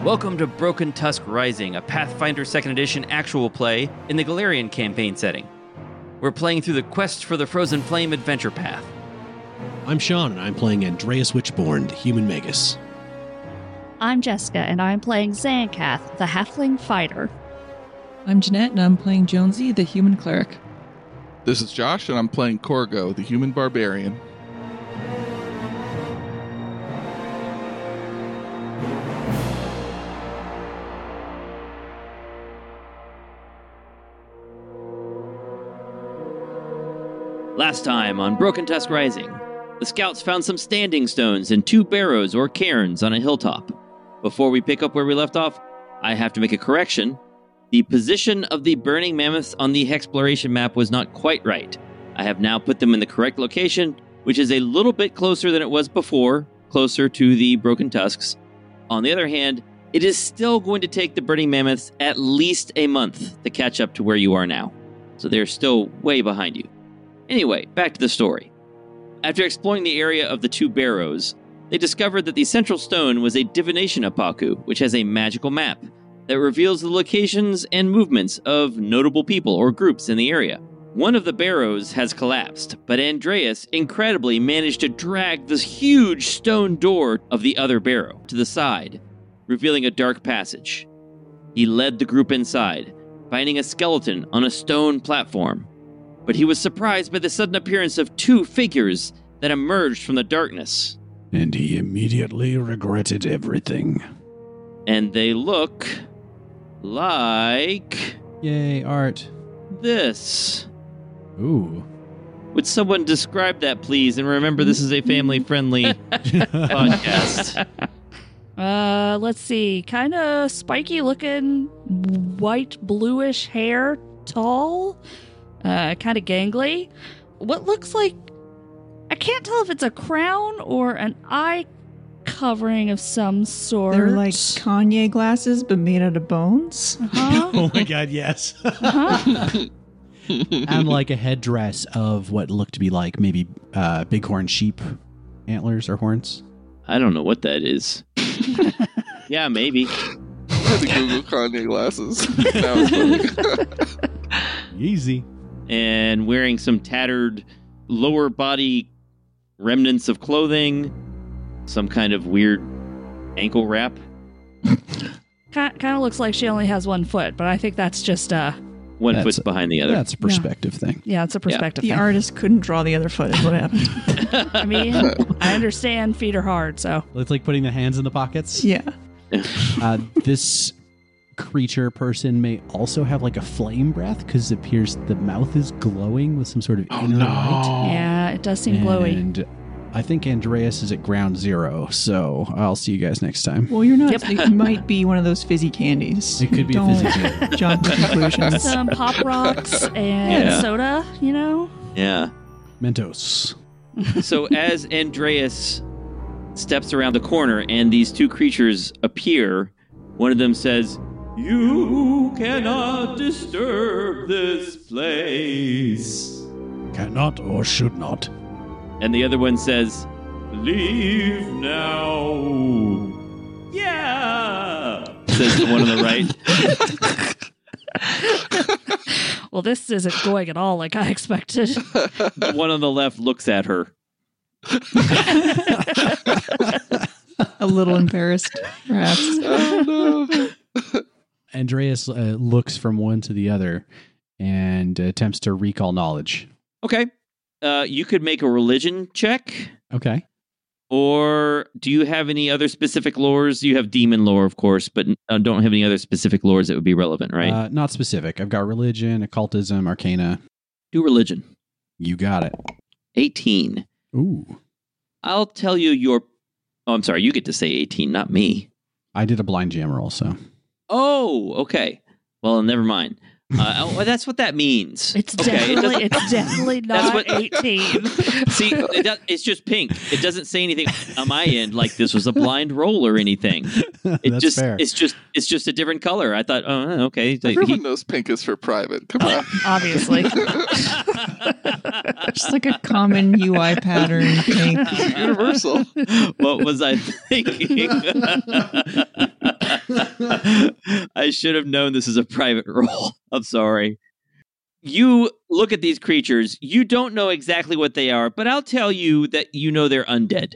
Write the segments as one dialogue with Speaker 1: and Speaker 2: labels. Speaker 1: Welcome to Broken Tusk Rising, a Pathfinder 2nd Edition actual play in the Galarian campaign setting. We're playing through the Quest for the Frozen Flame adventure path.
Speaker 2: I'm Sean, and I'm playing Andreas Witchborn, the human magus.
Speaker 3: I'm Jessica, and I'm playing Zancath, the halfling fighter.
Speaker 4: I'm Jeanette, and I'm playing Jonesy, the human cleric.
Speaker 5: This is Josh, and I'm playing Corgo, the human barbarian.
Speaker 1: Last time on Broken Tusk Rising, the scouts found some standing stones and two barrows or cairns on a hilltop. Before we pick up where we left off, I have to make a correction. The position of the burning mammoths on the exploration map was not quite right. I have now put them in the correct location, which is a little bit closer than it was before, closer to the broken tusks. On the other hand, it is still going to take the burning mammoths at least a month to catch up to where you are now. So they're still way behind you. Anyway, back to the story. After exploring the area of the two barrows, they discovered that the central stone was a divination apaku, which has a magical map that reveals the locations and movements of notable people or groups in the area. One of the barrows has collapsed, but Andreas incredibly managed to drag this huge stone door of the other barrow to the side, revealing a dark passage. He led the group inside, finding a skeleton on a stone platform but he was surprised by the sudden appearance of two figures that emerged from the darkness.
Speaker 2: And he immediately regretted everything.
Speaker 1: And they look like
Speaker 4: Yay, art.
Speaker 1: this.
Speaker 2: Ooh.
Speaker 1: Would someone describe that, please? And remember, this is a family friendly podcast.
Speaker 3: Uh, let's see. Kind of spiky looking, white, bluish hair, tall, uh, kind of gangly. What looks like. I can't tell if it's a crown or an eye covering of some sort.
Speaker 4: They're like Kanye glasses, but made out of bones.
Speaker 3: Huh?
Speaker 2: Oh my god, yes.
Speaker 3: huh?
Speaker 2: and like a headdress of what looked to be like maybe uh, bighorn sheep antlers or horns.
Speaker 1: I don't know what that is. yeah, maybe.
Speaker 5: I had to Google Kanye glasses. That was funny.
Speaker 2: Easy.
Speaker 1: And wearing some tattered lower body remnants of clothing, some kind of weird ankle wrap.
Speaker 3: kind of looks like she only has one foot, but I think that's just, uh,
Speaker 1: One
Speaker 2: That's-
Speaker 1: foot's behind the other.
Speaker 2: That's a perspective thing.
Speaker 3: yeah, it's a perspective
Speaker 4: The
Speaker 3: thing.
Speaker 4: artist couldn't draw the other foot, is what happened.
Speaker 3: I mean, I understand feet are hard, so.
Speaker 6: It's like putting the hands in the pockets.
Speaker 4: yeah.
Speaker 2: Uh, this creature person may also have like a flame breath because it appears the mouth is glowing with some sort of
Speaker 5: oh
Speaker 2: inner light.
Speaker 5: no!
Speaker 3: Yeah, it does seem glowy.
Speaker 2: And I think Andreas is at ground zero, so I'll see you guys next time.
Speaker 4: Well, you're not.
Speaker 3: Yep.
Speaker 4: It might be one of those fizzy candies.
Speaker 6: It could be
Speaker 4: Don't
Speaker 6: physically.
Speaker 4: jump to conclusions.
Speaker 3: Some pop rocks and
Speaker 1: Yeah.
Speaker 3: soda, you know?
Speaker 1: yeah.
Speaker 2: Mentos.
Speaker 1: so as Andreas steps around the corner and these two creatures appear, one of them says, You cannot disturb this place.
Speaker 2: Cannot or should not.
Speaker 1: And the other one says, Leave now. Yeah. Says the one on the right.
Speaker 3: Well, this isn't going at all like I expected.
Speaker 1: The one on the left looks at her.
Speaker 4: a little embarrassed, perhaps.
Speaker 5: Oh no!
Speaker 2: Andreas uh, looks from one to the other and attempts to recall knowledge.
Speaker 1: Okay. Uh, you could make a religion check.
Speaker 2: Okay.
Speaker 1: Or do you have any other specific lores? You have demon lore, of course, but uh, don't have any other specific lores that would be relevant, right?
Speaker 2: Uh, not specific. I've got religion, occultism, arcana.
Speaker 1: do religion.
Speaker 2: You got it.
Speaker 1: 18.
Speaker 2: Ooh.
Speaker 1: I'll tell you your. Oh, I'm sorry. You get to say 18, not me.
Speaker 2: I did a blind jam roll, so.
Speaker 1: Oh, okay. Well, never mind. Uh, oh, well, that's what that means.
Speaker 3: It's
Speaker 1: Okay, it
Speaker 3: definitely it's definitely
Speaker 1: That's
Speaker 3: not
Speaker 1: what-
Speaker 3: eighteen.
Speaker 1: See, it does, it's just pink. It doesn't say anything on my end like this was a blind roll or anything. It
Speaker 2: That's
Speaker 1: just
Speaker 2: fair.
Speaker 1: it's just it's just a different color. I thought, oh, okay.
Speaker 5: Everyone knows pink is for private. Come on.
Speaker 3: Obviously.
Speaker 4: Just like a common UI pattern. Pink.
Speaker 1: uh,
Speaker 5: Universal.
Speaker 1: what was I thinking? I should have known this is a private role. I'm sorry. You look at these creatures. You don't know exactly what they are, but I'll tell you that you know they're undead.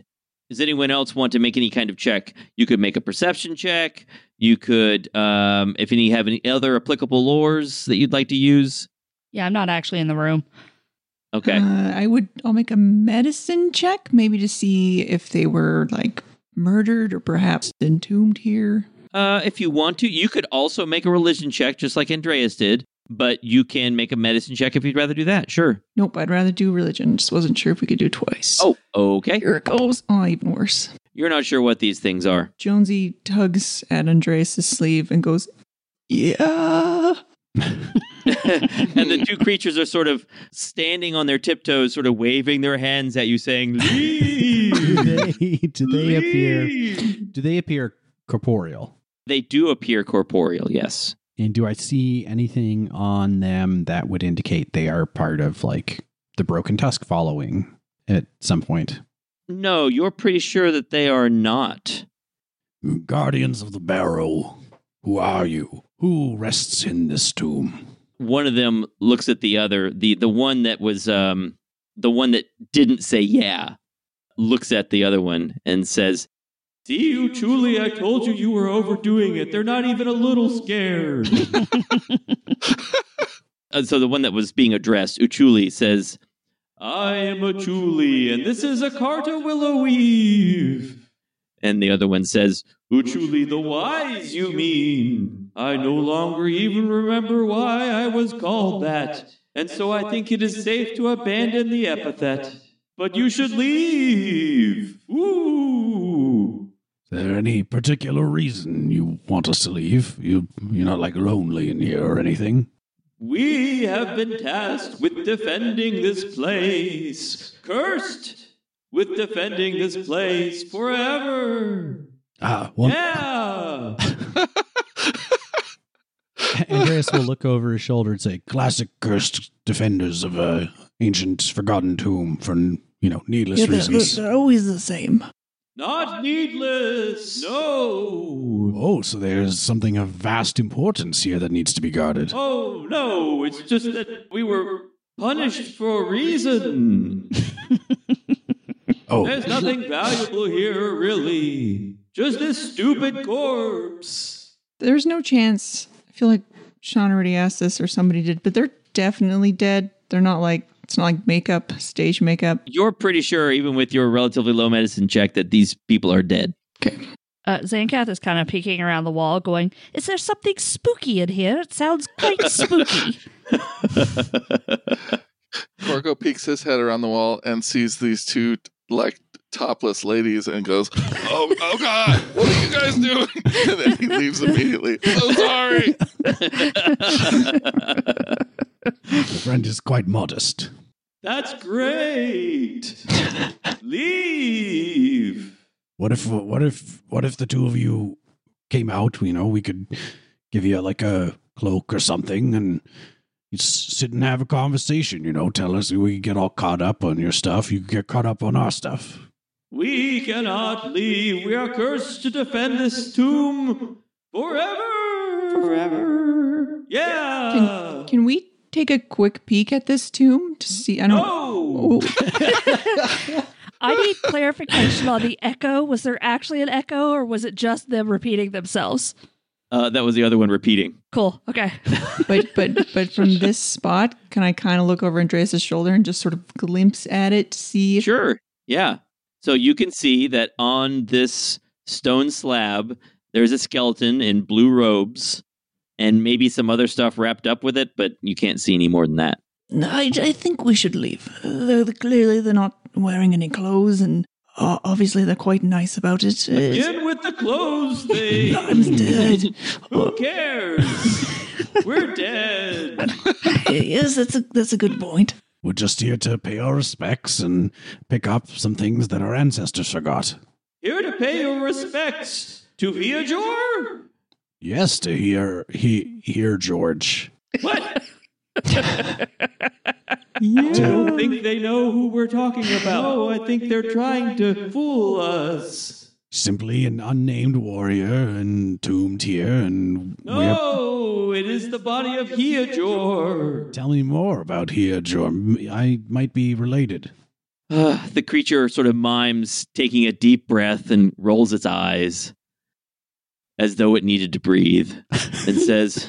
Speaker 1: Does anyone else want to make any kind of check? You could make a perception check. You could, um, if any have any other applicable lores that you'd like to use.
Speaker 3: Yeah, I'm not actually in the room.
Speaker 1: Okay.
Speaker 4: Uh, I would. I'll make a medicine check, maybe to see if they were like murdered or perhaps entombed here.
Speaker 1: Uh, if you want to, you could also make a religion check, just like Andreas did. But you can make a medicine check if you'd rather do that. Sure.
Speaker 4: Nope, I'd rather do religion. Just wasn't sure if we could do twice.
Speaker 1: Oh, okay.
Speaker 4: here it goes. Oh, even worse.
Speaker 1: You're not sure what these things are.
Speaker 4: Jonesy tugs at Andreas's sleeve and goes, "Yeah."
Speaker 1: and the two creatures are sort of standing on their tiptoes, sort of waving their hands at you, saying,
Speaker 2: do
Speaker 1: "Leave,
Speaker 2: they, do they appear?
Speaker 1: leave."
Speaker 2: Do they appear corporeal?
Speaker 1: They do appear corporeal, yes.
Speaker 2: And do I see anything on them that would indicate they are part of like the Broken Tusk following at some point?
Speaker 1: No, you're pretty sure that they are not.
Speaker 6: Guardians of the Barrow, who are you? Who rests in this tomb?
Speaker 1: One of them looks at the other. the The one that was um, the one that didn't say yeah looks at the other one and says, "See you, truly. I told you you were overdoing it. They're not even a little scared." Uh, so the one that was being addressed, Uchuli, says, I am Uchuli, and this is a Carter Willow Weave. And the other one says, Uchuli the Wise, you mean? I no longer even remember why I was called that, and so I think it is safe to abandon the epithet. But you should leave! Ooh!
Speaker 6: Is there any particular reason you want us to leave? You, you're not like lonely in here or anything.
Speaker 1: We have been tasked with defending this place, cursed with defending this place forever.
Speaker 6: Ah, one,
Speaker 1: Yeah.
Speaker 2: Andreas will look over his shoulder and say,
Speaker 6: classic cursed defenders of a ancient forgotten tomb for you know needless
Speaker 4: Yeah, they're,
Speaker 6: reasons.
Speaker 4: they're always the same.
Speaker 1: Not needless. No.
Speaker 6: Oh, so there's something of vast importance here that needs to be guarded.
Speaker 1: Oh, no. It's just that we were punished for a reason.
Speaker 6: Oh,
Speaker 1: There's nothing valuable here, really. Just this stupid corpse.
Speaker 4: There's no chance. I feel like Sean already asked this, or somebody did, but they're definitely dead. They're not like it's not like makeup, stage makeup.
Speaker 1: You're pretty sure, even with your relatively low medicine check, that these people are dead.
Speaker 3: Uh, Zancath is kind of peeking around the wall, going, Is there something spooky in here? It sounds quite spooky.
Speaker 5: Corgo peeks his head around the wall and sees these two like topless ladies and goes, "Oh, oh God, what are you guys doing?" And then he leaves immediately. So sorry.
Speaker 6: the friend is quite modest.
Speaker 1: That's great. Leave.
Speaker 6: What if what if what if the two of you came out? You know, we could give you like a cloak or something, and you s- sit and have a conversation. You know, tell us we get all caught up on your stuff. You get caught up on our stuff.
Speaker 1: We cannot leave. We are cursed to defend this tomb forever. Forever. Yeah.
Speaker 4: Can we take a quick peek at this tomb to see? I don't.
Speaker 1: no.
Speaker 4: Oh,
Speaker 3: I need clarification on the echo. Was there actually an echo, or was it just them repeating themselves?
Speaker 1: Uh, that was the other one repeating.
Speaker 3: Cool. Okay.
Speaker 4: but but but from this spot, can I kind of look over Andreas's shoulder and just sort of glimpse at it to see? if-
Speaker 1: Sure. Yeah. So you can see that on this stone slab, there's a skeleton in blue robes and maybe some other stuff wrapped up with it, but you can't see any more than that.
Speaker 4: No, I, I think we should leave. Though the- clearly they're not wearing any clothes, and uh, obviously they're quite nice about it. Uh,
Speaker 1: In with the clothes thing.
Speaker 4: I'm dead.
Speaker 1: Who cares? We're dead.
Speaker 4: yes, that's a that's a good point.
Speaker 6: We're just here to pay our respects and pick up some things that our ancestors forgot.
Speaker 1: Here to pay your respects to Viajor.
Speaker 6: Yes, to hear he hear George.
Speaker 1: What? I
Speaker 4: Yeah.
Speaker 1: don't think they know who we're talking about. No, I think they're trying to fool us.
Speaker 6: simply an unnamed warrior entombed here, and we are
Speaker 1: No, it is the body of Heodor.
Speaker 6: Tell me more about here, Jorm. I might be related.
Speaker 1: Uh, the creature sort of mimes, taking a deep breath, and rolls its eyes as though it needed to breathe, and says,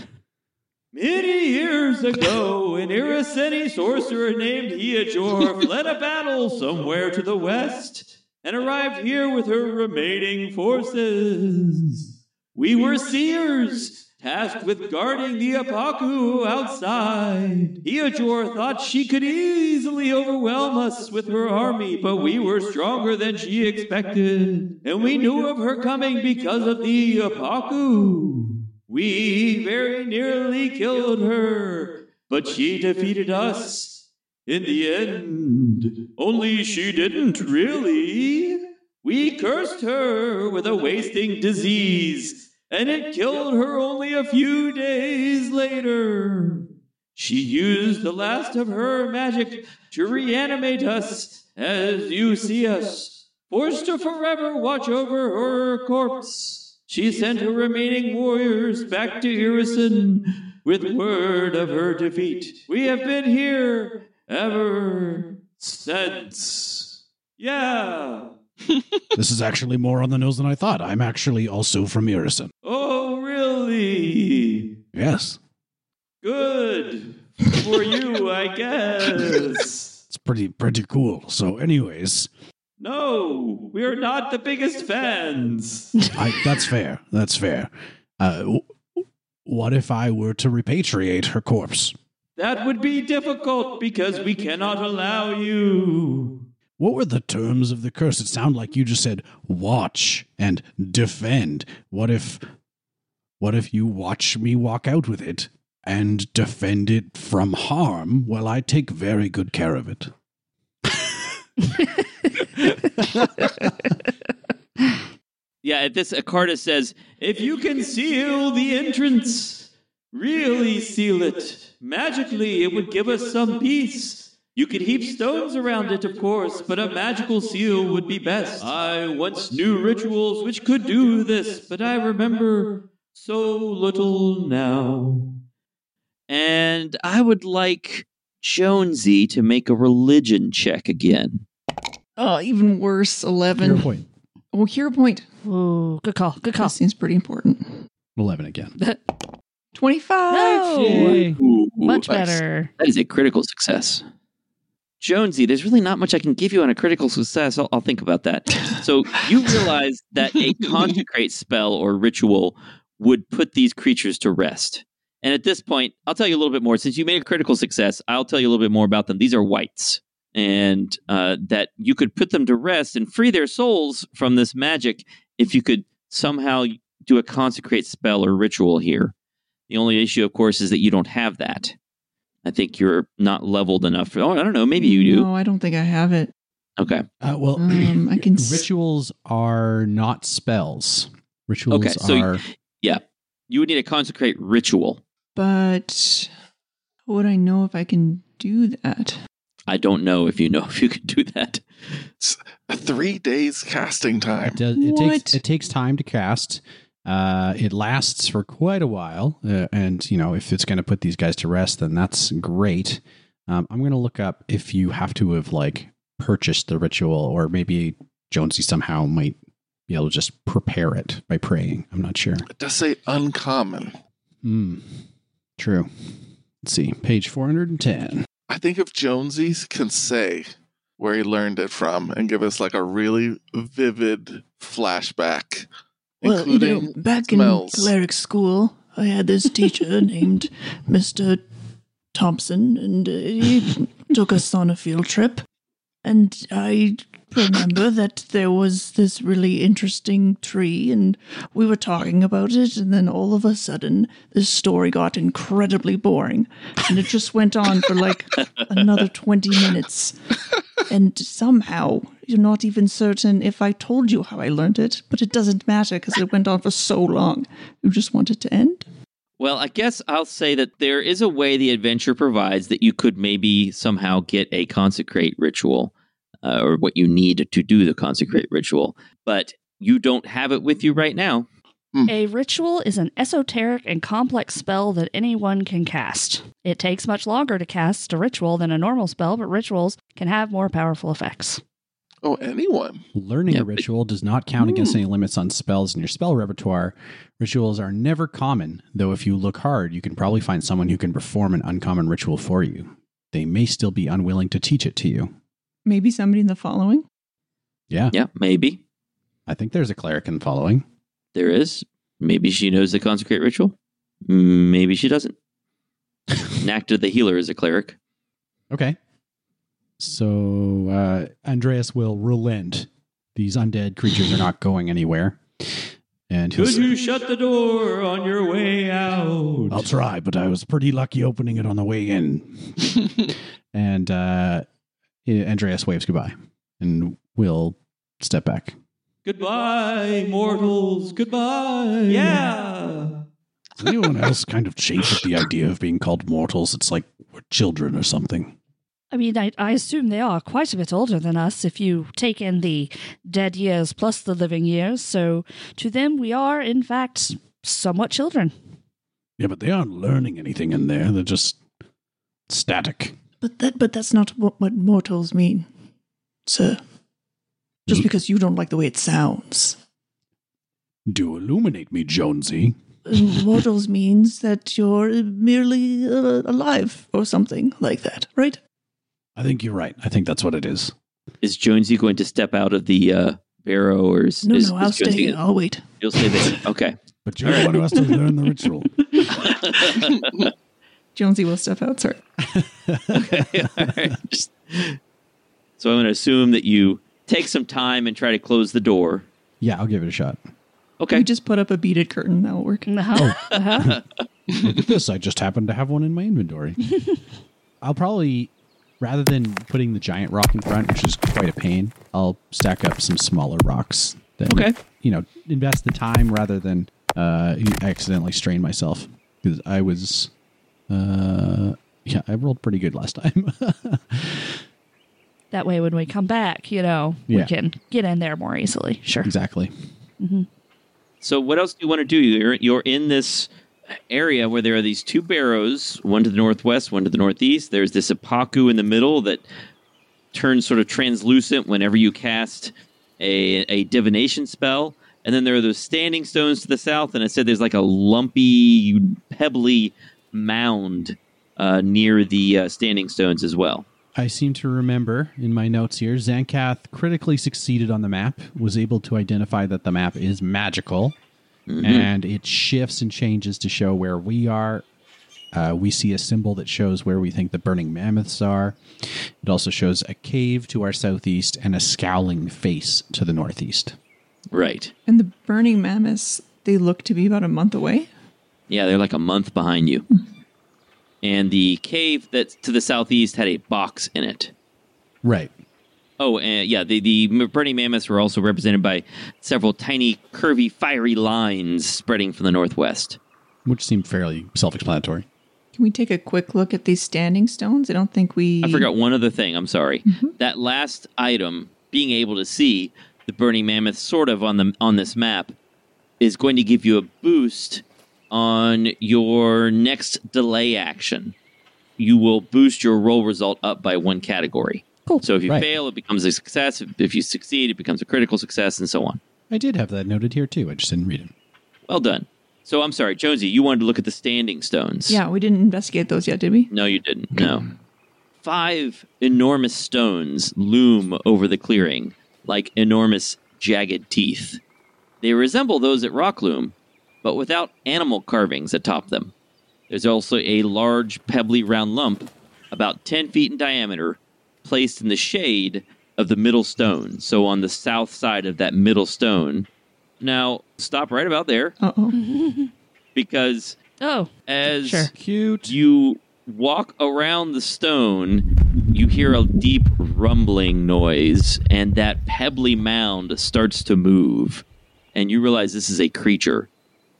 Speaker 1: Many years ago, an Iraseni sorcerer named Heodor fled a battle somewhere to the west and arrived here with her remaining forces. We were seers, tasked with guarding the Apaku outside. Heodor thought she could easily overwhelm us with her army, but we were stronger than she expected, and we knew of her coming because of the Apaku. We very nearly killed her, but she defeated us in the end. Only she didn't really. We cursed her with a wasting disease, and it killed her only a few days later. She used the last of her magic to reanimate us as you see us, forced to forever watch over her corpse. She sent her remaining warriors back to Irison with word of her defeat. We have been here ever since. Yeah.
Speaker 6: this is actually more on the nose than I thought. I'm actually also from Irison.
Speaker 1: Oh, really?
Speaker 6: Yes,
Speaker 1: Good for you, I guess.
Speaker 6: it's pretty pretty cool. So, anyways,
Speaker 1: No, we're not the biggest fans.
Speaker 6: I, that's fair. That's fair. Uh, w- what if I were to repatriate her corpse?
Speaker 1: That would be difficult because we cannot allow you.
Speaker 6: What were the terms of the curse? It sounded like you just said watch and defend. What if what if you watch me walk out with it and defend it from harm while I take very good care of it?
Speaker 1: Yeah, at this, Akarta says, If you can seal the entrance, really seal it. Magically, it would give us some peace. You could heap stones around it, of course, but a magical seal would be best. I once knew rituals which could do this, but I remember so little now. And I would like Jonesy to make a religion check again.
Speaker 4: Oh, even worse,
Speaker 2: Your
Speaker 4: eleven.
Speaker 2: point.
Speaker 4: Oh, hero point.
Speaker 3: Ooh, good call. Good
Speaker 4: That
Speaker 3: call.
Speaker 4: seems pretty important.
Speaker 2: 11 again.
Speaker 4: Twenty-five.
Speaker 3: No!
Speaker 2: Yay.
Speaker 5: Ooh,
Speaker 3: Much
Speaker 5: nice.
Speaker 3: better.
Speaker 1: That is a critical success. Jonesy, there's really not much I can give you on a critical success. I'll, I'll think about that. So you realize that a consecrate spell or ritual would put these creatures to rest. And at this point, I'll tell you a little bit more. Since you made a critical success, I'll tell you a little bit more about them. These are whites, and uh, that you could put them to rest and free their souls from this magic if you could somehow do a consecrate spell or ritual here. The only issue, of course, is that you don't have that. I think you're not leveled enough. For, oh, I don't know. Maybe you do.
Speaker 4: No, I don't think I have it.
Speaker 1: Okay.
Speaker 2: Uh, well,
Speaker 4: Um, I can s-
Speaker 2: rituals are not spells. Rituals
Speaker 1: Okay, so-
Speaker 2: are
Speaker 1: You would need a consecrate ritual.
Speaker 4: But how would I know if I can do that?
Speaker 1: I don't know if you know if you could do that.
Speaker 5: Three days casting time.
Speaker 2: It, does, it takes
Speaker 4: What?
Speaker 2: it takes time to cast. Uh, it lasts for quite a while, uh, and you know if it's going to put these guys to rest, then that's great. Um, I'm going to look up if you have to have like purchased the ritual, or maybe Jonesy somehow might be able to just prepare it by praying. I'm not sure.
Speaker 5: It does say uncommon.
Speaker 2: Hmm. True. Let's see, page 410.
Speaker 5: I think if Jonesy can say where he learned it from and give us like a really vivid flashback, including
Speaker 4: back
Speaker 5: smells.
Speaker 7: in cleric school, I had this teacher named Mr. Thompson, and uh, he took us on a field trip. And I remember that there was this really interesting tree, and we were talking about it, and then all of a sudden, this story got incredibly boring, and it just went on for like another 20 minutes. And somehow, you're not even certain if I told you how I learned it, but it doesn't matter because it went on for so long. You just want it to end?
Speaker 1: Well, I guess I'll say that there is a way the adventure provides that you could maybe somehow get a consecrate ritual uh, or what you need to do the consecrate ritual. But You don't have it with you right now.
Speaker 3: A ritual is an esoteric and complex spell that anyone can cast. It takes much longer to cast a ritual than a normal spell, but rituals can have more powerful effects.
Speaker 5: Oh, anyone.
Speaker 2: Learning
Speaker 1: Yeah,
Speaker 2: a
Speaker 1: but-
Speaker 2: ritual does not count against
Speaker 5: Hmm.
Speaker 2: any limits on spells in your spell repertoire. Rituals are never common, though if you look hard, you can probably find someone who can perform an uncommon ritual for you. They may still be unwilling to teach it to you.
Speaker 4: Maybe somebody in the following.
Speaker 2: Yeah,
Speaker 1: Yeah, maybe.
Speaker 2: I think there's a cleric in following.
Speaker 1: There is. Maybe she knows the consecrate ritual. Maybe she doesn't. Nacta the healer is a cleric.
Speaker 2: Okay. So uh, Andreas will relent. These undead creatures are not going anywhere. And he'll say,
Speaker 1: shut the door on your way out?
Speaker 6: I'll try, but I was pretty lucky opening it on the way in.
Speaker 2: and uh, Andreas waves goodbye and will step back.
Speaker 1: Goodbye, mortals. Goodbye. Yeah.
Speaker 6: Is anyone else kind of chafed at the idea of being called mortals? It's like we're children or something.
Speaker 3: I mean, I, I assume they are quite a bit older than us if you take in the dead years plus the living years. So to them, we are, in fact, somewhat children.
Speaker 6: Yeah, but they aren't learning anything in there. They're just static.
Speaker 7: But that, but that's not what, what mortals mean, sir. Just
Speaker 6: Mm.
Speaker 7: because you don't like the way it sounds,
Speaker 6: Do illuminate me, Jonesy.
Speaker 7: mortals means that you're merely uh, alive or something like that, right?
Speaker 6: I think you're right. I think that's what it is.
Speaker 1: Is Jonesy going to step out of the uh, barrow or is,
Speaker 7: No,
Speaker 1: is,
Speaker 7: no,
Speaker 1: is
Speaker 7: I'll stay
Speaker 1: Jonesy-
Speaker 7: here. I'll wait.
Speaker 1: You'll stay there. Okay.
Speaker 6: But you're the one who has to learn the ritual.
Speaker 4: Jonesy will step out. Sorry.
Speaker 1: okay. All right. Just- so I'm going to assume that you take some time and try to close the door.
Speaker 2: Yeah, I'll give it a shot.
Speaker 1: Okay.
Speaker 4: We just put up a beaded curtain. That will work.
Speaker 3: Uh-huh. Uh-huh.
Speaker 2: Look at this. I just happen to have one in my inventory. I'll probably, rather than putting the giant rock in front, which is quite a pain, I'll stack up some smaller rocks. That,
Speaker 1: Okay.
Speaker 2: You know, invest the time rather than uh, accidentally strain myself. Because I was, uh, yeah, I rolled pretty good last time.
Speaker 3: that way, when we come back, you know, we
Speaker 2: Yeah. Mm.
Speaker 3: can get in there more easily. Sure.
Speaker 2: exactly.
Speaker 1: So what else do you want to do? You're you're in this area where there are these two barrows, one to the northwest, one to the northeast. There's this apaku in the middle that turns sort of translucent whenever you cast a a divination spell. And then there are those standing stones to the south, and I said there's like a lumpy, pebbly mound uh, near the uh, standing stones as well.
Speaker 2: I seem to remember in my notes here, Zancath critically succeeded on the map, was able to identify that the map is magical,
Speaker 6: Mm-hmm.
Speaker 2: and it shifts and changes to show where we are. Uh, we see a symbol that shows where we think the burning mammoths are. It also shows a cave to our southeast and a scowling face to the northeast.
Speaker 1: Right.
Speaker 4: And the burning mammoths, they look to be about a month away.
Speaker 1: Yeah, they're like a month behind you. And the cave that's to the southeast had a box in it.
Speaker 2: Right.
Speaker 1: Oh, and yeah, the, the burning mammoths were also represented by several tiny, curvy, fiery lines spreading from the northwest.
Speaker 2: Which seemed fairly self explanatory.
Speaker 4: Can we take a quick look at these standing stones? I don't think we.
Speaker 1: I forgot one other thing. I'm sorry. That last item, being able to see the burning mammoth sort of on the on this map, is going to give you a boost on your next delay action. You will boost your roll result up by one category.
Speaker 3: Cool.
Speaker 1: So if you
Speaker 2: Right.
Speaker 1: fail, it becomes a success. If you succeed, it becomes a critical success, and so on.
Speaker 2: I did have that noted here too. I just didn't read it.
Speaker 1: Well done. So I'm sorry, Jonesy, you wanted to look at the standing stones.
Speaker 4: Yeah, we didn't investigate those yet, did we?
Speaker 1: No, you didn't. No. Five enormous stones loom over the clearing like enormous jagged teeth. They resemble those at Rockloom, but without animal carvings atop them. There's also a large pebbly round lump, about 10 feet in diameter, placed in the shade of the middle stone, so on the south side of that middle stone. Now, stop right about there,
Speaker 4: Uh oh.
Speaker 1: because
Speaker 3: Oh,
Speaker 1: as
Speaker 3: Sure.
Speaker 2: Cute.
Speaker 1: you walk around the stone, you hear a deep rumbling noise, and that pebbly mound starts to move. And you realize this is a creature,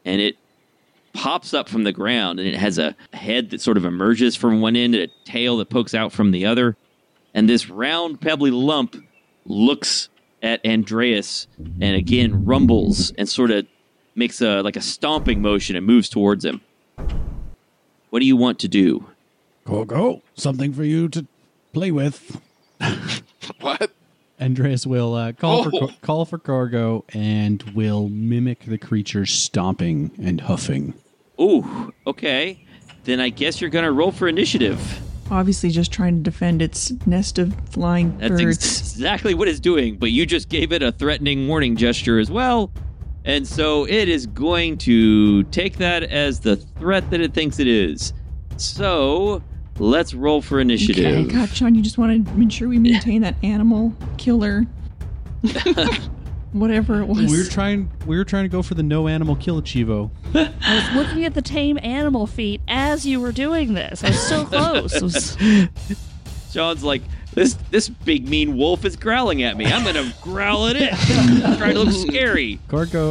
Speaker 1: and it pops up from the ground, and it has a head that sort of emerges from one end and a tail that pokes out from the other. And this round, pebbly lump looks at Andreas and again rumbles and sort of makes a like a stomping motion and moves towards him. What do you want to do?
Speaker 6: Corgo, something for you to play with.
Speaker 5: What?
Speaker 2: Andreas will uh, call for
Speaker 5: Oh.
Speaker 2: for call for Corgo and will mimic the creature stomping and huffing.
Speaker 1: Ooh, okay. Then I guess you're gonna roll for initiative.
Speaker 4: Obviously, just trying to defend its nest of flying
Speaker 1: That's
Speaker 4: birds.
Speaker 1: exactly what it's doing, but you just gave it a threatening warning gesture as well. And so it is going to take that as the threat that it thinks it is. So let's roll for
Speaker 4: okay,
Speaker 1: initiative.
Speaker 4: God, Sean, you just want to make sure we maintain that animal killer, whatever it was.
Speaker 2: We're trying we're trying to go for the no animal kill Chivo.
Speaker 3: I was looking at the tame animal feet as you were doing this. I was so close. It was-
Speaker 1: Sean's like, this this big mean wolf is growling at me. I'm gonna growl at it. Try to look scary.
Speaker 2: Corgo,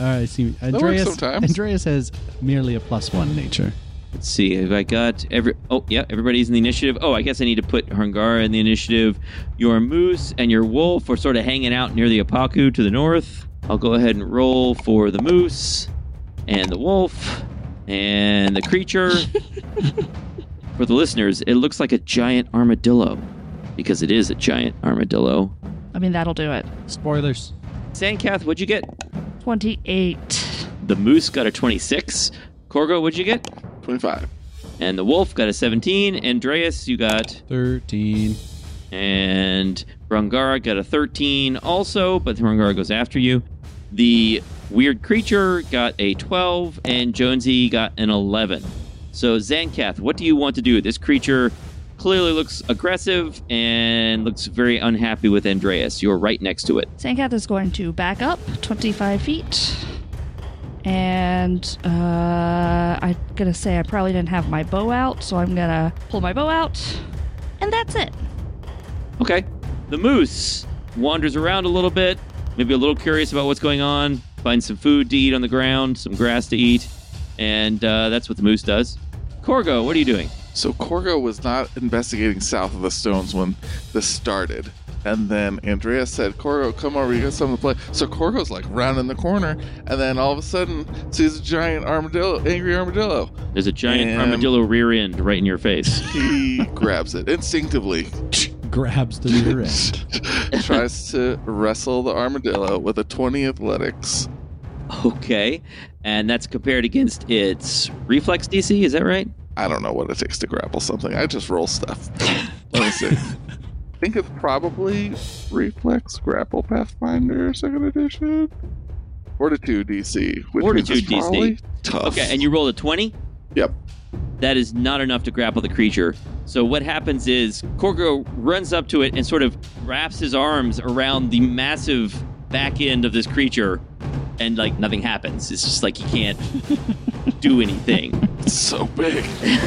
Speaker 2: all right, uh, see Andreas.
Speaker 5: sometimes.
Speaker 2: Andreas has merely a plus one nature.
Speaker 1: Let's see, have I got every oh yeah, everybody's in the initiative. Oh, I guess I need to put Hungara in the initiative. Your moose and your wolf are sort of hanging out near the Apaku to the north. I'll go ahead and roll for the moose and the wolf and the creature. for the listeners, it looks like a giant armadillo. Because it is a giant armadillo.
Speaker 3: I mean, that'll do it.
Speaker 2: Spoilers.
Speaker 1: Sandcath, what'd you get?
Speaker 3: 28.
Speaker 1: The moose got a 26. Corgo, what'd you get?
Speaker 5: 25.
Speaker 1: And the wolf got a 17. Andreas, you got.
Speaker 2: Thirteen.
Speaker 1: And Rangara got a 13 also, but Rangara goes after you. The weird creature got a 12, and Jonesy got an 11. So, Zancath, what do you want to do? This creature clearly looks aggressive and looks very unhappy with Andreas. You're right next to it.
Speaker 3: Sandcat is going to back up 25 feet. And uh, I'm going to say I probably didn't have my bow out, so I'm going to pull my bow out. And that's it.
Speaker 1: Okay. The moose wanders around a little bit, maybe a little curious about what's going on, finds some food to eat on the ground, some grass to eat, and uh, that's what the moose does. Corgo, what are you doing?
Speaker 5: So Corgo was not investigating south of the stones when this started. And then Andrea said, Corgo, come over, you got something to play. So Corgo's like rounding the corner, and then all of a sudden sees a giant armadillo, angry armadillo.
Speaker 1: There's a giant
Speaker 5: Um,
Speaker 1: armadillo rear end right in your face.
Speaker 5: He grabs it instinctively,
Speaker 2: Grabs the rear end.
Speaker 5: tries to wrestle the armadillo with a 20 athletics.
Speaker 1: Okay. And that's compared against its reflex DC, is that right?
Speaker 5: I don't know what it takes to grapple something. I just roll stuff. Let me see. I think it's probably Reflex Grapple Pathfinder Second Edition. Fortitude DC. Which
Speaker 1: Fortitude
Speaker 5: means it's
Speaker 1: DC.
Speaker 5: probably Tough.
Speaker 1: Okay, and you rolled a 20?
Speaker 5: Yep.
Speaker 1: That is not enough to grapple the creature. So what happens is Corgo runs up to it and sort of wraps his arms around the massive back end of this creature and like nothing happens. It's just like he can't do anything.
Speaker 5: It's so big.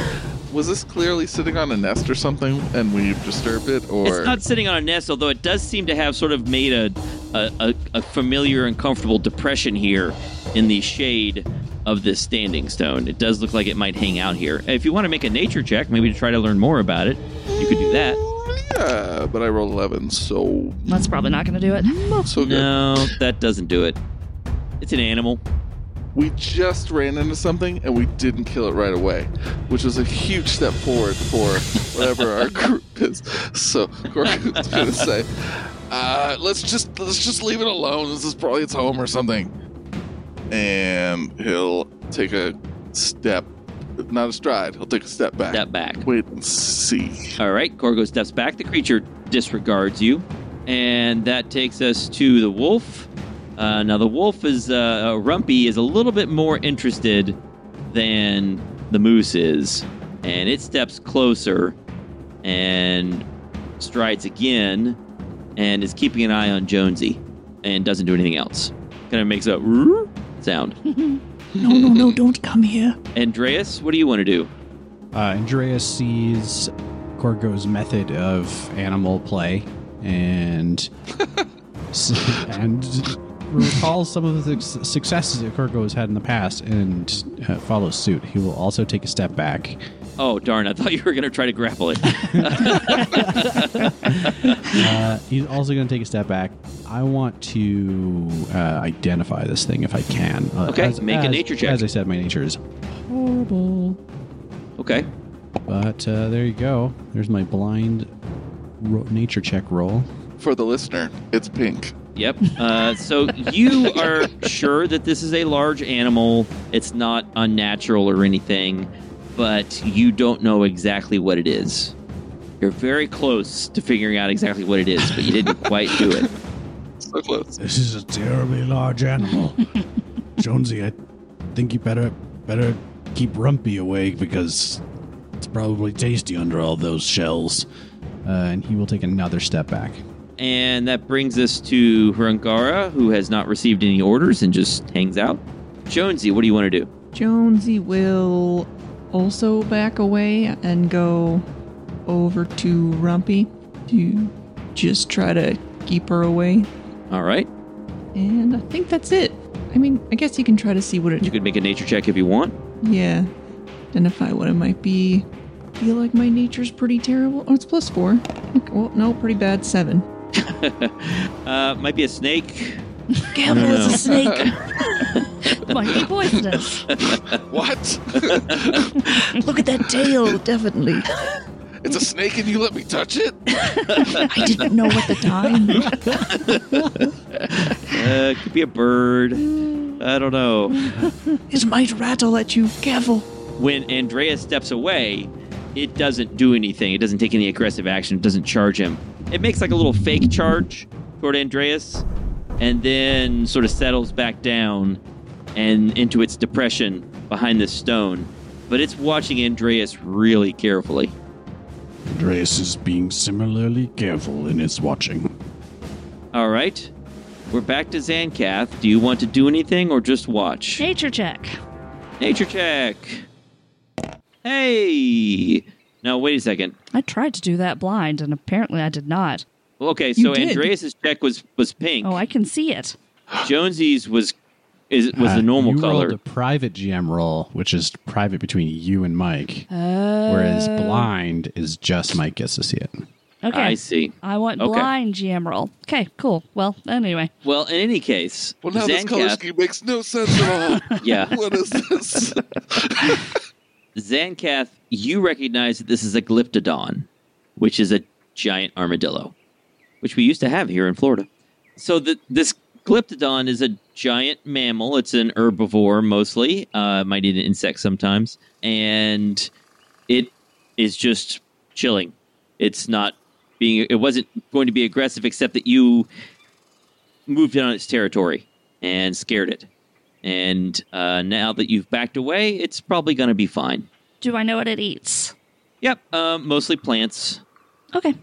Speaker 5: Was this clearly sitting on a nest or something, and we've disturbed it, or
Speaker 1: It's not sitting on a nest, although it does seem to have sort of made a a, a, a familiar and comfortable depression here in the shade of this standing stone. It does look like it might hang out here. If you want to make a nature check, maybe to try to learn more about it, you could do that.
Speaker 5: Yeah, but I rolled eleven, so
Speaker 3: That's probably not going to do it.
Speaker 5: not so good.
Speaker 1: No, that doesn't do it. It's an animal.
Speaker 5: We just ran into something and we didn't kill it right away, which was a huge step forward for whatever our group is. So Gorgon's gonna say, uh, "Let's just let's just leave it alone. This is probably its home or something." And he'll take a step, not a stride. He'll take a step back.
Speaker 1: Step back.
Speaker 5: Wait and see.
Speaker 1: All right, Corgo steps back. The creature disregards you, and that takes us to the wolf. Uh, now, the wolf is uh, uh, Rumpy is a little bit more interested than the moose is, and it steps closer and strides again, and is keeping an eye on Jonesy, and doesn't do anything else. Kind of makes a sound.
Speaker 7: No, no, no, don't come here.
Speaker 1: Andreas, what do you want to do?
Speaker 2: Uh, Andreas sees Corgo's method of animal play and and recalls some of the su- successes that Corgo has had in the past and uh, follows suit. He will also take a step back
Speaker 1: Oh, darn. I thought you were going to try to grapple it.
Speaker 2: Uh, he's also going to take a step back. I want to uh, identify this thing if I can. Uh,
Speaker 1: Okay, make a
Speaker 2: as-
Speaker 1: nature check.
Speaker 2: As I said, my nature is horrible.
Speaker 1: okay.
Speaker 2: But uh, there you go. There's my blind ro- nature check roll.
Speaker 5: For the listener, it's pink.
Speaker 1: Yep. Uh, so you are sure that this is a large animal. It's not unnatural or anything, but you don't know exactly what it is. You're very close to figuring out exactly what it is, but you didn't quite do it.
Speaker 5: So close.
Speaker 6: This is a terribly large animal. Jonesy, I think you better better keep Rumpy away because it's probably tasty under all those shells.
Speaker 2: Uh, and he will take another step back.
Speaker 1: And that brings us to Hrunkara, who has not received any orders and just hangs out. Jonesy, what do you want to do?
Speaker 4: Jonesy will also back away and go over to Rumpy to just try to keep her away.
Speaker 1: All right.
Speaker 4: And I think that's it. I mean, I guess you can try to see what
Speaker 1: You
Speaker 4: it.
Speaker 1: could make a nature check if you want.
Speaker 4: Yeah, identify what it might be. Feel like my nature's pretty terrible. Oh, it's plus four. Okay, well, no, pretty bad. Seven.
Speaker 1: Uh, might be a snake.
Speaker 7: Gamble
Speaker 1: No, no.
Speaker 7: is a snake.
Speaker 3: Might be poisonous.
Speaker 5: What?
Speaker 7: Look at that tail, definitely.
Speaker 5: it's a snake and you let me touch it?
Speaker 7: I didn't know at the time.
Speaker 1: Uh, could be a bird. I don't know.
Speaker 7: It might rattle at you. Careful.
Speaker 1: when Andrea steps away, it doesn't do anything. It doesn't take any aggressive action. It doesn't charge him. It makes like a little fake charge toward Andreas and then sort of settles back down and into its depression behind this stone. But it's watching Andreas really carefully.
Speaker 6: Andreas is being similarly careful in his watching.
Speaker 1: All right. We're back to Zancath. Do you want to do anything or just watch?
Speaker 3: Nature check.
Speaker 1: Nature check. Hey. Now, wait a second.
Speaker 3: I tried to do that blind, and apparently I did not.
Speaker 1: Well, Okay,
Speaker 4: You
Speaker 1: so
Speaker 4: did.
Speaker 1: Andreas's check was was pink.
Speaker 3: Oh, I can see it.
Speaker 1: Jonesy's was is was
Speaker 2: Uh,
Speaker 1: the normal
Speaker 2: you rolled
Speaker 1: color.
Speaker 2: a private GM roll, which is private between you and Mike,
Speaker 3: Uh,
Speaker 2: whereas blind is just Mike gets to see it.
Speaker 3: okay.
Speaker 1: I see.
Speaker 3: I want
Speaker 1: Okay.
Speaker 3: blind GM roll. Okay, cool. Well, anyway,
Speaker 1: Well, in any case,
Speaker 5: Well, now this color
Speaker 1: Zancath,
Speaker 5: scheme makes no sense at all.
Speaker 1: Yeah.
Speaker 5: What is this?
Speaker 1: Zancath, you recognize that this is a glyptodon, which is a giant armadillo, which we used to have here in Florida. So the, this glyptodon is a giant mammal. It's an herbivore mostly, uh, might eat an insect sometimes, and it is just chilling. It's not being. It wasn't going to be aggressive, except that you moved in on its territory and scared it. And uh, now that you've backed away, it's probably going to be fine.
Speaker 3: do I know what it eats?
Speaker 1: Yep, uh, mostly plants.
Speaker 3: Okay.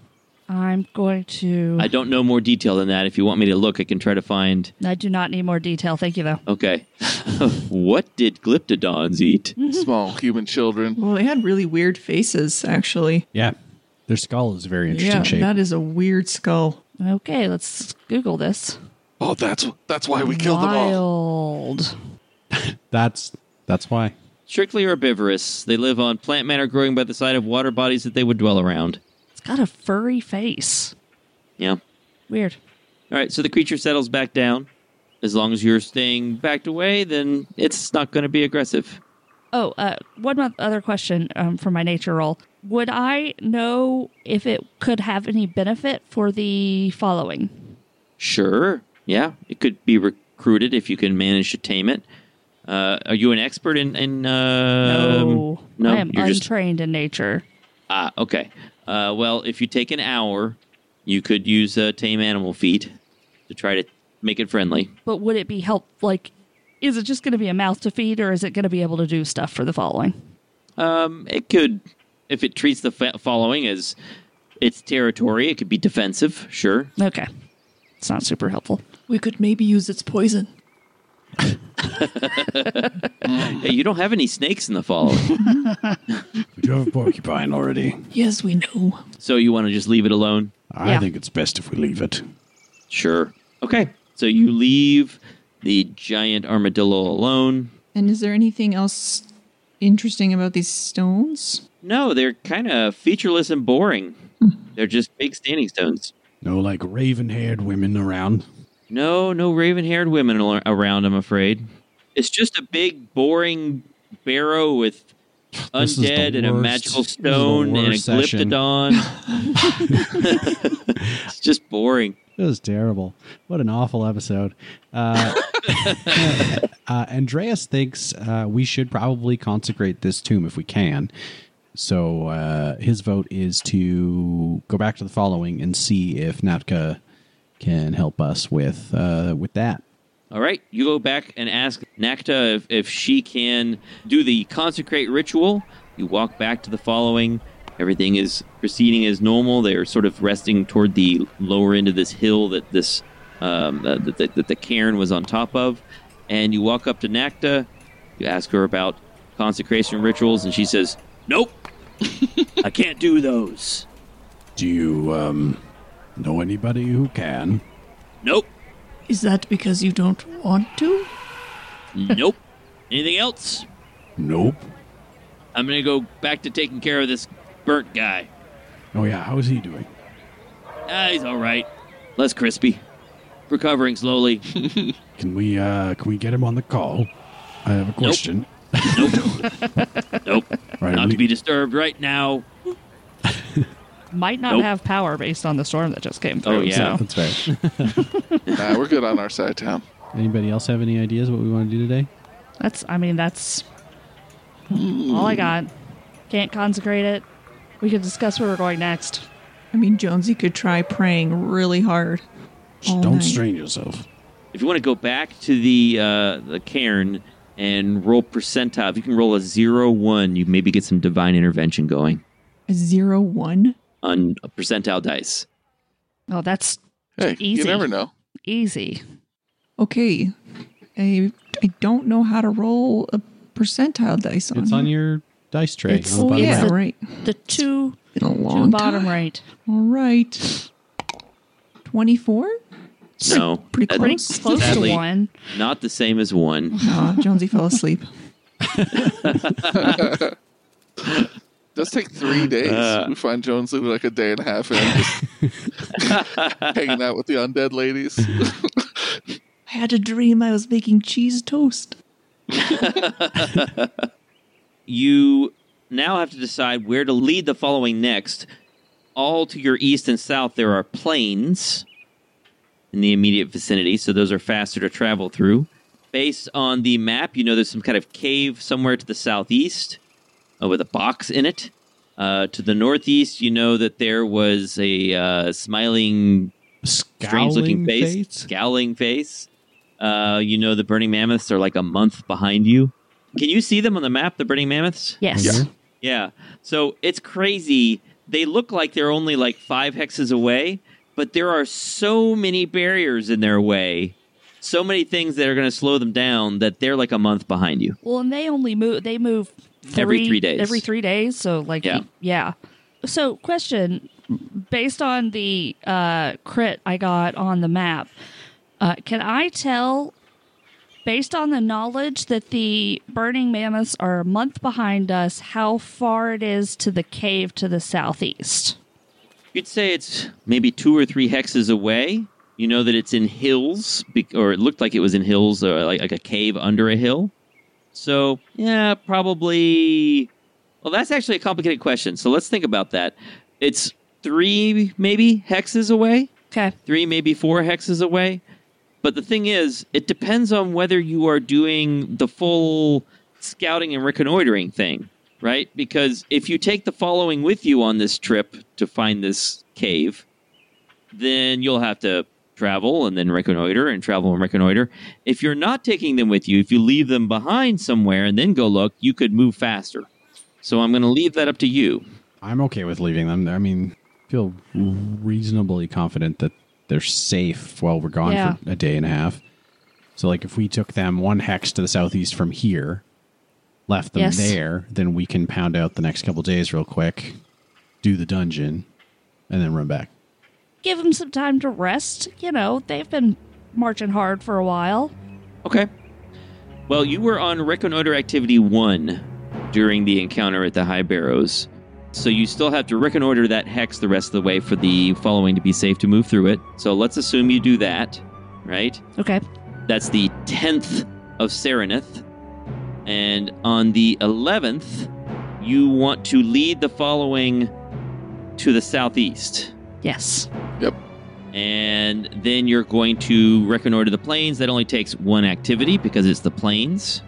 Speaker 3: I'm going to.
Speaker 1: I
Speaker 3: I,
Speaker 1: don't know more detail than that. If you want me to look, I can try to find.
Speaker 3: do not need more detail. Thank you, though.
Speaker 1: Okay. what did glyptodons eat?
Speaker 5: Small human children.
Speaker 4: Well, they had really weird faces, actually.
Speaker 2: Yeah, their skull is a very interesting
Speaker 4: Yeah,
Speaker 2: shape.
Speaker 4: that is a weird skull.
Speaker 3: Okay, let's Google this.
Speaker 5: Oh, that's that's why we killed them all.
Speaker 3: Wild.
Speaker 2: that's that's why.
Speaker 1: Strictly herbivorous, they live on plant matter growing by the side of water bodies that they would dwell around.
Speaker 3: It's got a furry face.
Speaker 1: Yeah.
Speaker 3: Weird.
Speaker 1: All right, so the creature settles back down. As long as you're staying backed away, then it's not going to be aggressive.
Speaker 3: Oh, uh, one mo- other question um, for my nature roll. Would I know if it could have any benefit for the following?
Speaker 1: Sure. Yeah, it could be recruited if you can manage to tame it. Uh, are you an expert in? in uh,
Speaker 3: no,
Speaker 1: no,
Speaker 3: I am
Speaker 1: you're just
Speaker 3: untrained in nature.
Speaker 1: ah okay. Uh, well, if you take an hour, you could use uh, tame animal feet to try to make it friendly.
Speaker 3: But would it be help? Like, is it just going to be a mouth to feed, or is it going to be able to do stuff for the following?
Speaker 1: Um, it could, if it treats the fa- following as its territory, it could be defensive. Sure.
Speaker 3: Okay, it's not super helpful.
Speaker 7: We could maybe use its poison.
Speaker 1: Hey, you don't have any snakes in the following,
Speaker 6: We do have a porcupine already.
Speaker 7: Yes, we know.
Speaker 1: so you want to just leave it alone.
Speaker 6: I
Speaker 3: Yeah.
Speaker 6: think it's best if we leave it.
Speaker 1: Sure. Okay. So you leave the giant armadillo alone.
Speaker 4: And is there anything else interesting about these stones?
Speaker 1: No, they're kind of featureless and boring. They're just big standing stones.
Speaker 6: No, like raven haired women around.
Speaker 1: No, no raven haired women al- around, I'm afraid. It's just a big, boring barrow with
Speaker 2: This is the
Speaker 1: undead and a
Speaker 2: worst-
Speaker 1: magical
Speaker 2: this is the
Speaker 1: stone and a
Speaker 2: worst session.
Speaker 1: glyptodon. it's just boring.
Speaker 2: It was terrible. What an awful episode. Uh, uh, Andreas thinks uh, we should probably consecrate this tomb if we can. So uh, his vote is to go back to the following and see if Natka can help us with uh, with that.
Speaker 1: All right, you go back and ask Nakta if, if she can do the consecrate ritual. You walk back to the following. Everything is proceeding as normal. They are sort of resting toward the lower end of this hill that this um, uh, that, that, that the cairn was on top of. And you walk up to Nakta. You ask her about consecration rituals, and she says, "Nope, I can't do those.
Speaker 6: Do you um know anybody who can?
Speaker 1: Nope,
Speaker 7: Is that because you don't want to?
Speaker 1: nope. Anything else?
Speaker 6: Nope.
Speaker 1: I'm gonna go back to taking care of this burnt guy."
Speaker 6: Oh yeah, how's he doing?
Speaker 1: Ah, he's all right. Less crispy. Recovering slowly.
Speaker 6: Can we uh can we get him on the call? I have a question.
Speaker 1: Nope.
Speaker 6: Right,
Speaker 1: Not
Speaker 6: we-
Speaker 1: to be disturbed right now.
Speaker 3: Might not
Speaker 1: Nope.
Speaker 3: have power based on the storm that just came through.
Speaker 1: Oh, yeah.
Speaker 3: so.
Speaker 2: That's right.
Speaker 5: Nah, we're good on our side of town.
Speaker 2: Anybody else have any ideas what we want to do today?
Speaker 3: That's, I mean, that's all I got. Can't consecrate it. We can discuss where we're going next.
Speaker 4: I mean, Jonesy could try praying really hard.
Speaker 6: Shh,
Speaker 4: all
Speaker 6: don't
Speaker 4: night.
Speaker 6: strain yourself.
Speaker 1: If you want to go back to the uh, the cairn and roll percentile, if you can roll a zero one, you maybe get some divine intervention going
Speaker 4: A zero one.
Speaker 1: on a percentile dice.
Speaker 3: Oh, that's
Speaker 5: Hey,
Speaker 3: Easy.
Speaker 5: you never know.
Speaker 3: easy.
Speaker 4: Okay, I I don't know how to roll a percentile dice on.
Speaker 2: It's on your dice tray.
Speaker 4: It's,
Speaker 2: on the
Speaker 4: oh,
Speaker 2: bottom
Speaker 4: yeah,
Speaker 2: right.
Speaker 4: right.
Speaker 7: The two.
Speaker 4: Been a
Speaker 3: To
Speaker 4: long
Speaker 3: bottom
Speaker 4: time.
Speaker 3: right.
Speaker 4: All right. Twenty four.
Speaker 1: No,
Speaker 4: pretty
Speaker 1: that-
Speaker 3: Pretty
Speaker 4: Close.
Speaker 3: close
Speaker 1: Sadly.
Speaker 3: to one.
Speaker 1: not the same as one.
Speaker 4: No, Jonesy fell asleep.
Speaker 5: does take three days. we find Jones Lou like a day and a half in, just hanging out with the undead ladies.
Speaker 7: I had a dream I was making cheese toast.
Speaker 1: you now have to decide where to lead the following next. All to your east and south, there are plains in the immediate vicinity, so those are faster to travel through. Based on the map, you know there's some kind of cave somewhere to the southeast uh, with a box in it. Uh, to the northeast, you know that there was a uh, smiling strange looking
Speaker 2: Scowling
Speaker 1: face, scowling face. Uh, you know the burning mammoths are like a month behind you. Can you see them on the map? The burning mammoths.
Speaker 3: Yes.
Speaker 1: Yeah. So it's crazy. They look like they're only like five hexes away, but there are so many barriers in their way, so many things that are going to slow them down that they're like a month behind you.
Speaker 3: Well, and they only move. They move three,
Speaker 1: Every three days.
Speaker 3: Every three days. So like
Speaker 1: Yeah.
Speaker 3: yeah. So question, based on the uh, crit I got on the map, uh, can I tell? Based on the knowledge that the burning mammoths are a month behind us, how far it is to the cave to the southeast?
Speaker 1: You'd say it's maybe two or three hexes away. You know that it's in hills, be- or it looked like it was in hills, or like, like a cave under a hill. So, yeah, probably. Well, that's actually a complicated question. So let's think about that. It's three, maybe, hexes away?
Speaker 3: Okay.
Speaker 1: three, maybe four hexes away. But the thing is, it depends on whether you are doing the full scouting and reconnoitering thing, right? Because if you take the following with you on this trip to find this cave, then you'll have to travel and then reconnoiter and travel and reconnoiter. If you're not taking them with you, if you leave them behind somewhere and then go look, you could move faster. So I'm going to leave that up to you.
Speaker 2: I'm okay with leaving them. I mean, feel reasonably confident that they're safe while we're gone
Speaker 3: Yeah.
Speaker 2: for a day and a half. So, like, if we took them one hex to the southeast from here, left them
Speaker 3: Yes.
Speaker 2: there, then we can pound out the next couple days real quick, do the dungeon, and then run back.
Speaker 3: Give them some time to rest. You know, they've been marching hard for a while.
Speaker 1: Okay. Well, you were on reconnoiter activity one during the encounter at the High Barrows, So you still have to reconnoiter that hex the rest of the way for the following to be safe to move through it. So let's assume you do that, right?
Speaker 3: Okay.
Speaker 1: That's the 10th of Serenith. And on the 11th, you want to lead the following to the southeast.
Speaker 3: Yes.
Speaker 1: And then you're going to reconnoiter the plains. That only takes one activity because it's the plains.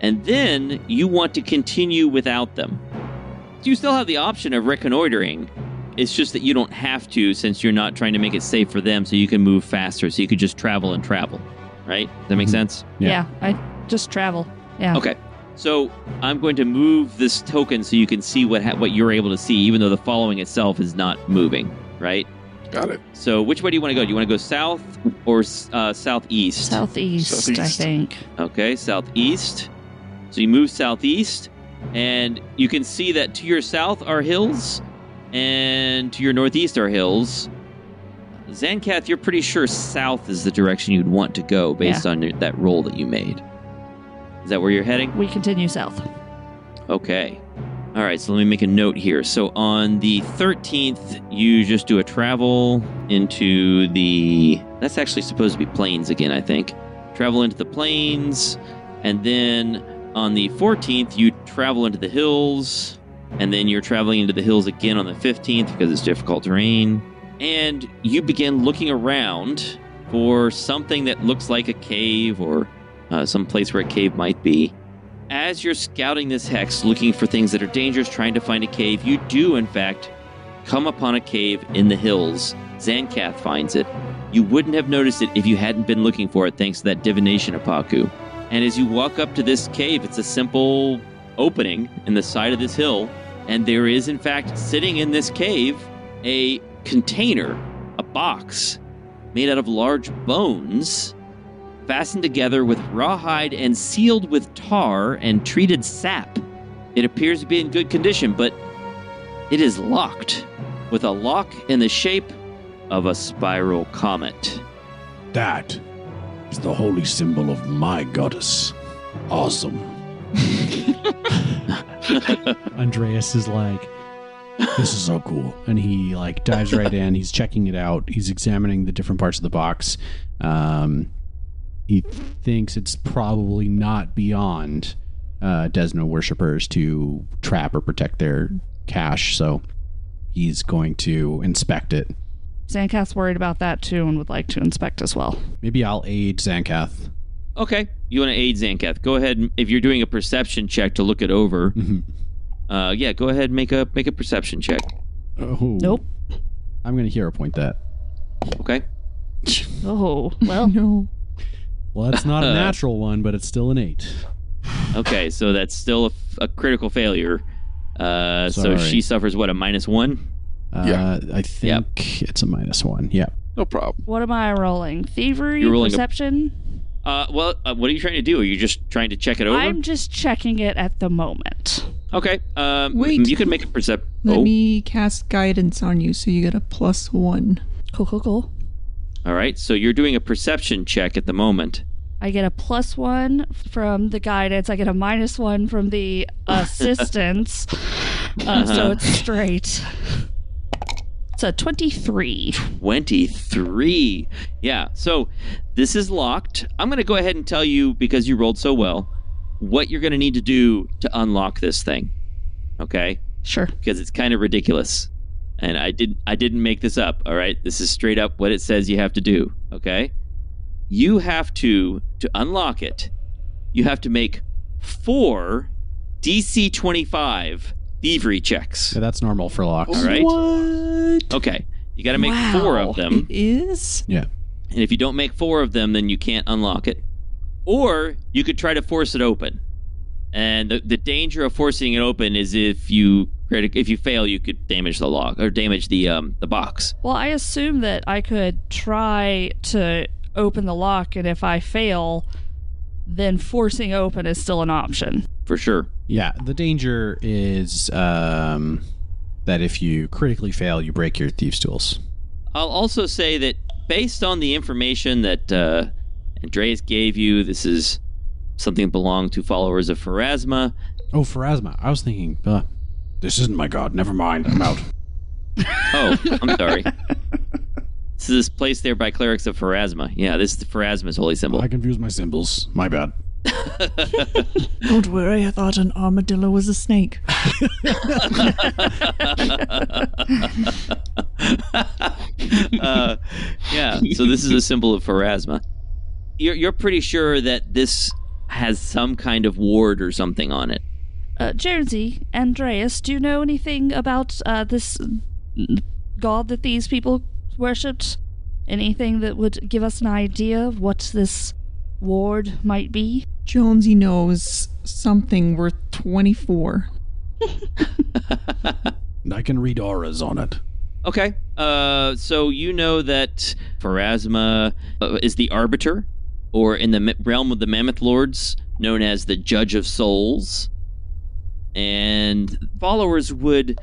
Speaker 1: And then you want to continue without them. You still have the option of reconnoitering. It's just that you don't have to since you're not trying to make it safe for them so you can move faster. So you could just travel and travel, right? Does that make
Speaker 2: Mhm.
Speaker 1: sense?
Speaker 2: Yeah.
Speaker 3: Yeah. I just travel. Yeah.
Speaker 1: Okay. So I'm going to move this token so you can see what ha- what you're able to see, even though the following itself is not moving, right?
Speaker 5: Got it.
Speaker 1: So which way do you want to go? Do you want to go south or s- uh, southeast?
Speaker 3: Southeast, I
Speaker 5: Southeast.
Speaker 3: think.
Speaker 1: Okay, southeast. So you move southeast, and you can see that to your south are hills, and to your northeast are hills. Zancath, you're pretty sure south is the direction you'd want to go based on your, that roll that you made. Is that where you're heading?
Speaker 3: We continue south.
Speaker 1: Okay. All right, so let me make a note here. So on the 13th, you just do a travel into the. That's actually supposed to be plains again, I think. Travel into the plains, and then on the 14th, you travel into the hills, and then you're traveling into the hills again on the 15th because it's difficult terrain. And you begin looking around for something that looks like a cave or uh, some place where a cave might be. As you're scouting this hex, looking for things that are dangerous, trying to find a cave, you do, in fact, come upon a cave in the hills. Zancath finds it. You wouldn't have noticed it if you hadn't been looking for it, thanks to that divination of Paku. And as you walk up to this cave, it's a simple opening in the side of this hill, and there is, in fact, sitting in this cave, a container, a box made out of large bones fastened together with rawhide and sealed with tar and treated sap. It appears to be in good condition, but it is locked with a lock in the shape of a spiral comet.
Speaker 6: That is the holy symbol of my goddess. Awesome.
Speaker 2: Andreas is like,
Speaker 6: This is so cool.
Speaker 2: and he like dives right in. He's checking it out. He's examining the different parts of the box. Um, he thinks it's probably not beyond uh, Desna worshippers to trap or protect their cash, so he's going to inspect it.
Speaker 3: Zancath's worried about that too and would like to inspect as well.
Speaker 2: Maybe I'll aid Zancath.
Speaker 1: Okay, you want to aid Zancath? Go ahead. and- If you're doing a perception check to look it over,
Speaker 2: Mhm.
Speaker 1: uh, yeah, go ahead and make a make a perception check.
Speaker 2: Oh.
Speaker 3: Nope.
Speaker 2: I'm going to hero point that.
Speaker 1: Okay.
Speaker 3: Oh, well.
Speaker 4: No.
Speaker 2: Well, that's not a natural one, but it's still an eight.
Speaker 1: Okay, so that's still a, f- a critical failure. Uh, so
Speaker 2: Sorry.
Speaker 1: she suffers what a minus one.
Speaker 2: Uh,
Speaker 5: Yeah.
Speaker 2: I think it's a minus one. Yeah.
Speaker 5: No problem.
Speaker 3: What am I rolling? Thievery,
Speaker 1: You're rolling a-
Speaker 3: perception?
Speaker 1: Uh, well, uh, what are you trying to do? Are you just trying to check it over?
Speaker 3: I'm just checking it at the moment.
Speaker 1: Okay. Um,
Speaker 4: Wait.
Speaker 1: You can make a percept.
Speaker 4: Let
Speaker 1: oh,
Speaker 4: me cast guidance on you so you get a plus one.
Speaker 3: Cool, cool, cool.
Speaker 1: all right. So you're doing a perception check at the moment.
Speaker 3: I get a plus one from the guidance. I get a minus one from the assistance. uh,
Speaker 1: Uh-huh.
Speaker 3: so it's straight. It's a 23.
Speaker 1: 23. Yeah. So this is locked. I'm going to go ahead and tell you because you rolled so well what you're going to need to do to unlock this thing. Okay?
Speaker 3: Sure.
Speaker 1: Because it's kind of ridiculous. And I didn't I didn't make this up, all right? This is straight up what it says you have to do, okay? You have to to unlock it. You have to make 4 DC 25 thievery checks.
Speaker 2: Yeah, that's normal for locks.
Speaker 1: All right.
Speaker 4: What?
Speaker 1: Okay. You got to make 4 of them.
Speaker 4: It is?
Speaker 2: Yeah.
Speaker 1: And if you don't make four of them, then you can't unlock it. Or you could try to force it open. And the, the danger of forcing it open is if you critic if you fail, you could damage the lock or damage the um the box.
Speaker 3: Well, I assume that I could try to open the lock, and if I fail, then forcing open is still an option.
Speaker 1: For sure.
Speaker 2: Yeah, the danger is um, that if you critically fail, you break your thieves' tools.
Speaker 1: I'll also say that based on the information that uh, Andreas gave you, this is something that belonged to followers of Pharasma.
Speaker 2: Oh, Pharasma. I was thinking, uh,
Speaker 6: This isn't my god. Never mind. I'm out.
Speaker 1: Oh, I'm sorry. this is place there by clerics of Pharasma. Yeah, this is the Pharasma's holy symbol.
Speaker 6: I confused my symbols. My bad.
Speaker 7: Don't worry, I thought an armadillo was a snake.
Speaker 1: uh, yeah, so this is a symbol of Pharasma. You're, you're pretty sure that this has some kind of ward or something on it.
Speaker 3: Uh, Jonesy, Andreas, do you know anything about uh, this uh, god that these people worshipped? Anything that would give us an idea of what this ward might be?
Speaker 4: Jonesy knows something worth 24.
Speaker 6: I can read auras on it.
Speaker 1: Okay. Uh, so you know that Pharasma uh, is the arbiter, or in the m- realm of the Mammoth Lords, known as the Judge of Souls. And followers would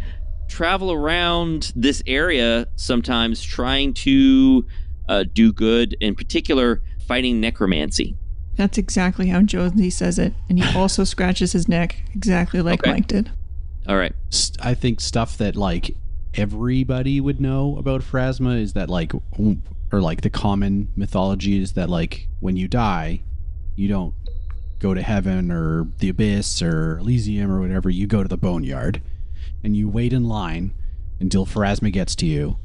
Speaker 1: travel around this area sometimes trying to uh, do good, in particular, fighting necromancy.
Speaker 4: That's exactly how Jonesy says it, and he also scratches his neck exactly like
Speaker 1: Okay.
Speaker 4: Mike did.
Speaker 1: All right.
Speaker 2: st- I think stuff that like everybody would know about Phrasma is that like w- or like the common mythology is that like when you die, you don't go to heaven or the abyss or Elysium or whatever. You go to the boneyard, and you wait in line until Phrasma gets to you,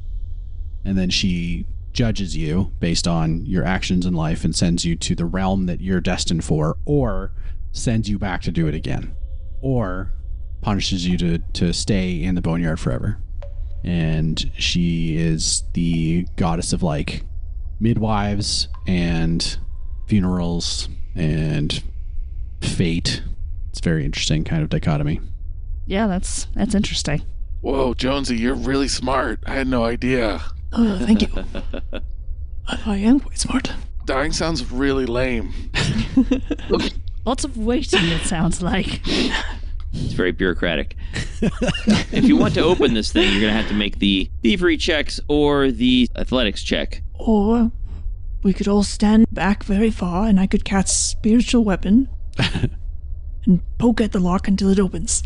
Speaker 2: and then she judges you based on your actions in life and sends you to the realm that you're destined for, or sends you back to do it again, or punishes you to, to stay in the boneyard forever. And she is the goddess of like midwives and funerals and fate. It's very interesting kind of dichotomy.
Speaker 3: Yeah, that's that's interesting.
Speaker 5: Whoa, Jonesy, you're really smart. I had no idea.
Speaker 7: Oh, thank you. I I am quite smart.
Speaker 5: Dying sounds really lame.
Speaker 3: Lots of waiting, it sounds like.
Speaker 1: It's very bureaucratic. if you want to open this thing, you're going to have to make the thievery checks or the athletics check.
Speaker 7: Or we could all stand back very far and I could cast spiritual weapon and poke at the lock until it opens.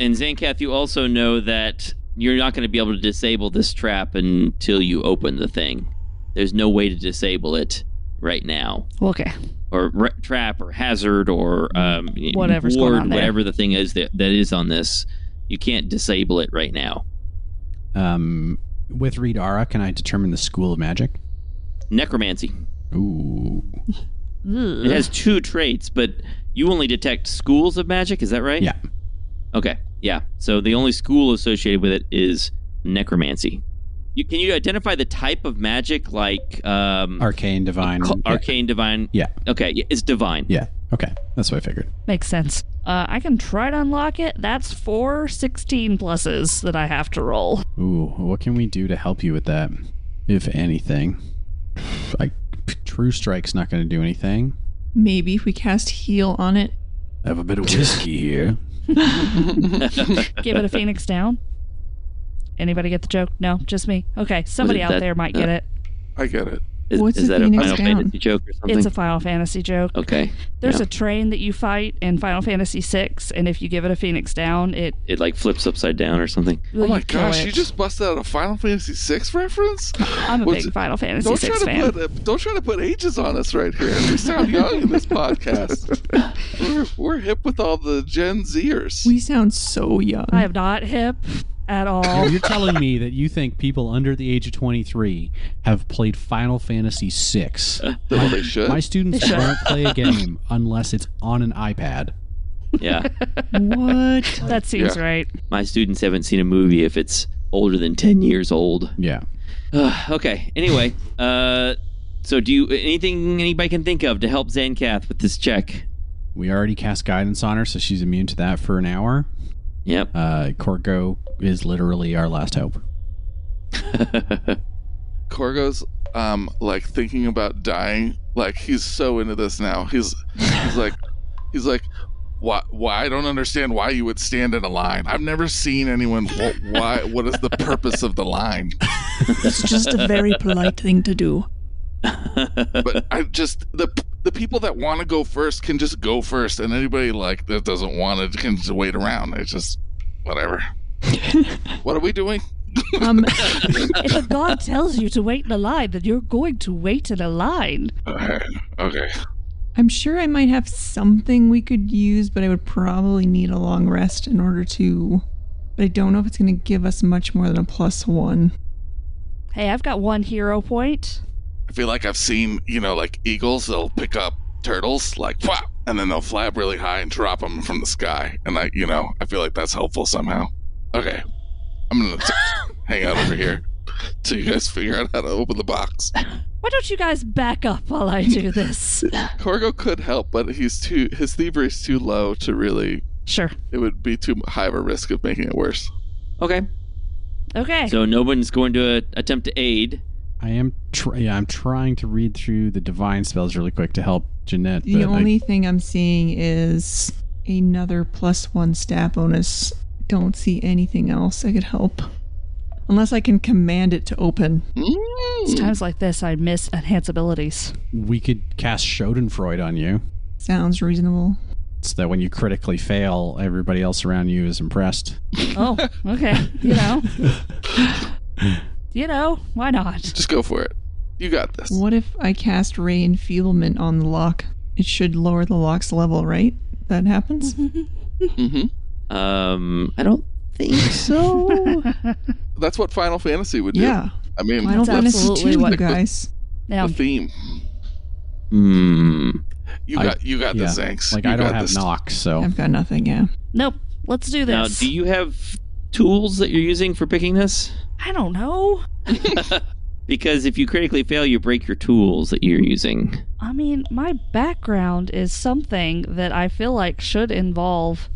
Speaker 1: And Zancath, you also know that you're not going to be able to disable this trap until you open the thing. There's no way to disable it right now,
Speaker 3: Okay.
Speaker 1: or re- trap, or hazard, or um,
Speaker 3: Whatever's going
Speaker 1: ward,
Speaker 3: on there.
Speaker 1: whatever the thing is that, that is on this. You can't disable it right now.
Speaker 2: Um, with Read Ara, can I determine the school of magic?
Speaker 1: Necromancy.
Speaker 2: Ooh.
Speaker 3: Ugh.
Speaker 1: It has two traits, but you only detect schools of magic. Is that right?
Speaker 2: Yeah.
Speaker 1: Okay. Yeah. So the only school associated with it is necromancy. You can you identify the type of magic like um,
Speaker 2: Arcane, divine.
Speaker 1: Cl-
Speaker 2: yeah.
Speaker 1: arcane divine
Speaker 2: Yeah.
Speaker 1: okay yeah, it's divine
Speaker 2: Yeah. Okay. That's what I figured.
Speaker 3: Makes sense. Uh, I can try to unlock it. That's four 16 pluses that I have to roll.
Speaker 2: Ooh, what can we do to help you with that, if anything? I, True Strike's not going to do anything.
Speaker 4: Maybe if we cast heal on it,
Speaker 6: I have a bit of whiskey here.
Speaker 3: Give it a phoenix down. Anybody get the joke? No, just me. Okay, somebody out
Speaker 1: that-
Speaker 3: there might
Speaker 1: uh,
Speaker 3: get it.
Speaker 5: I get it.
Speaker 1: is,
Speaker 4: What's
Speaker 1: is
Speaker 4: a
Speaker 1: that a
Speaker 4: phoenix
Speaker 1: final
Speaker 4: down?
Speaker 1: fantasy joke or something
Speaker 3: It's a Final Fantasy joke.
Speaker 5: Oh,
Speaker 1: okay
Speaker 3: There's
Speaker 1: yeah.
Speaker 3: a train that you fight in Final Fantasy VI, and if you give it a phoenix down, it.
Speaker 1: it like flips upside down or something
Speaker 5: Oh my
Speaker 3: you kill
Speaker 5: gosh,
Speaker 3: it.
Speaker 5: you just busted out a Final Fantasy VI reference?
Speaker 3: I'm a
Speaker 5: What's-
Speaker 3: big Final Fantasy
Speaker 5: Don't
Speaker 3: VI
Speaker 5: try,
Speaker 3: fan.
Speaker 5: to put, uh, don't try to put ages on us right here. We sound young in this podcast. We're, we're hip with all the Gen Zers.
Speaker 4: we sound so young.
Speaker 3: I am not hip at all.
Speaker 2: You're telling me that you think people under the age of 23 have played Final Fantasy VI.
Speaker 5: well, they should.
Speaker 2: My students
Speaker 3: Sure.
Speaker 2: don't play a game unless it's on an iPad.
Speaker 1: yeah
Speaker 4: what?
Speaker 3: that seems right.
Speaker 1: my students haven't seen a movie if it's older than 10 years old
Speaker 2: Yeah.
Speaker 1: Ugh, okay anyway uh so do you anything anybody can think of to help zancath with this check
Speaker 2: We already cast guidance on her, so she's immune to that for an hour.
Speaker 1: yep
Speaker 2: Uh, Corgo is literally our last hope.
Speaker 5: Corgo's um like thinking about dying. Like he's so into this now. He's he's like he's like why why I don't understand why you would stand in a line. I've never seen anyone wh- why what is the purpose of the line?
Speaker 7: It's just a very polite thing to do.
Speaker 5: But I just the the people that want to go first can just go first and anybody like that doesn't want to can just wait around. It's just Whatever. what are we doing?
Speaker 4: Um,
Speaker 3: If a god tells you to wait in a line, then you're going to wait in a line.
Speaker 5: Alright, Uh, okay.
Speaker 4: I'm sure I might have something we could use, but I would probably need a long rest in order to. But I don't know if it's going to give us much more than a plus one.
Speaker 3: Hey, I've got one hero point.
Speaker 5: I feel like I've seen, you know, like eagles, they'll pick up turtles, like, wow, and then they'll fly up really high and drop them from the sky. And, like, you know, I feel like that's helpful somehow. Okay. I'm going to hang out over here till you guys figure out how to open the box.
Speaker 3: Why don't you guys back up while I do this?
Speaker 5: Corgo could help, but he's too, his thievery is too low to really,
Speaker 3: sure.
Speaker 5: it would be too high of a risk of making it worse.
Speaker 1: Okay.
Speaker 3: Okay.
Speaker 1: So no one's going to uh, attempt to aid.
Speaker 2: I am try- yeah, I'm trying to read through the divine spells really quick to help Jeanette.
Speaker 4: The
Speaker 2: but I-
Speaker 4: only thing I'm seeing is another plus one stat bonus. Don't see anything else I could help. Unless I can command it to open.
Speaker 3: it's times like this I miss enhance abilities.
Speaker 2: we could cast Schadenfreude on you,
Speaker 4: Sounds reasonable.
Speaker 2: so that when you critically fail, everybody else around you is impressed.
Speaker 3: Oh, okay. You know. you know, why not?
Speaker 5: Just go for it. You got this.
Speaker 4: What if I cast Ray Enfeeblement on the lock? It should lower the lock's level, right? That happens?
Speaker 3: Mm-hmm.
Speaker 5: hmm
Speaker 1: Um, I don't think so.
Speaker 5: That's what Final Fantasy would do.
Speaker 4: Yeah.
Speaker 5: I mean,
Speaker 4: Final
Speaker 3: That's
Speaker 4: Fantasy
Speaker 3: absolutely
Speaker 4: two,
Speaker 3: what-
Speaker 4: you guys.
Speaker 3: Now,
Speaker 5: the theme.
Speaker 1: Hmm.
Speaker 5: You
Speaker 2: I-
Speaker 5: got, you got
Speaker 2: yeah.
Speaker 5: this, Zanks.
Speaker 2: Like
Speaker 5: You
Speaker 2: I don't
Speaker 5: got
Speaker 2: have
Speaker 5: this.
Speaker 2: knock, so
Speaker 4: I've got nothing, yeah.
Speaker 3: nope. Let's do
Speaker 1: Now,
Speaker 3: this.
Speaker 1: do you have tools that you're using for picking this?
Speaker 3: I don't know.
Speaker 1: Because if you critically fail, you break your tools that you're using.
Speaker 3: I mean, my background is something that I feel like should involve.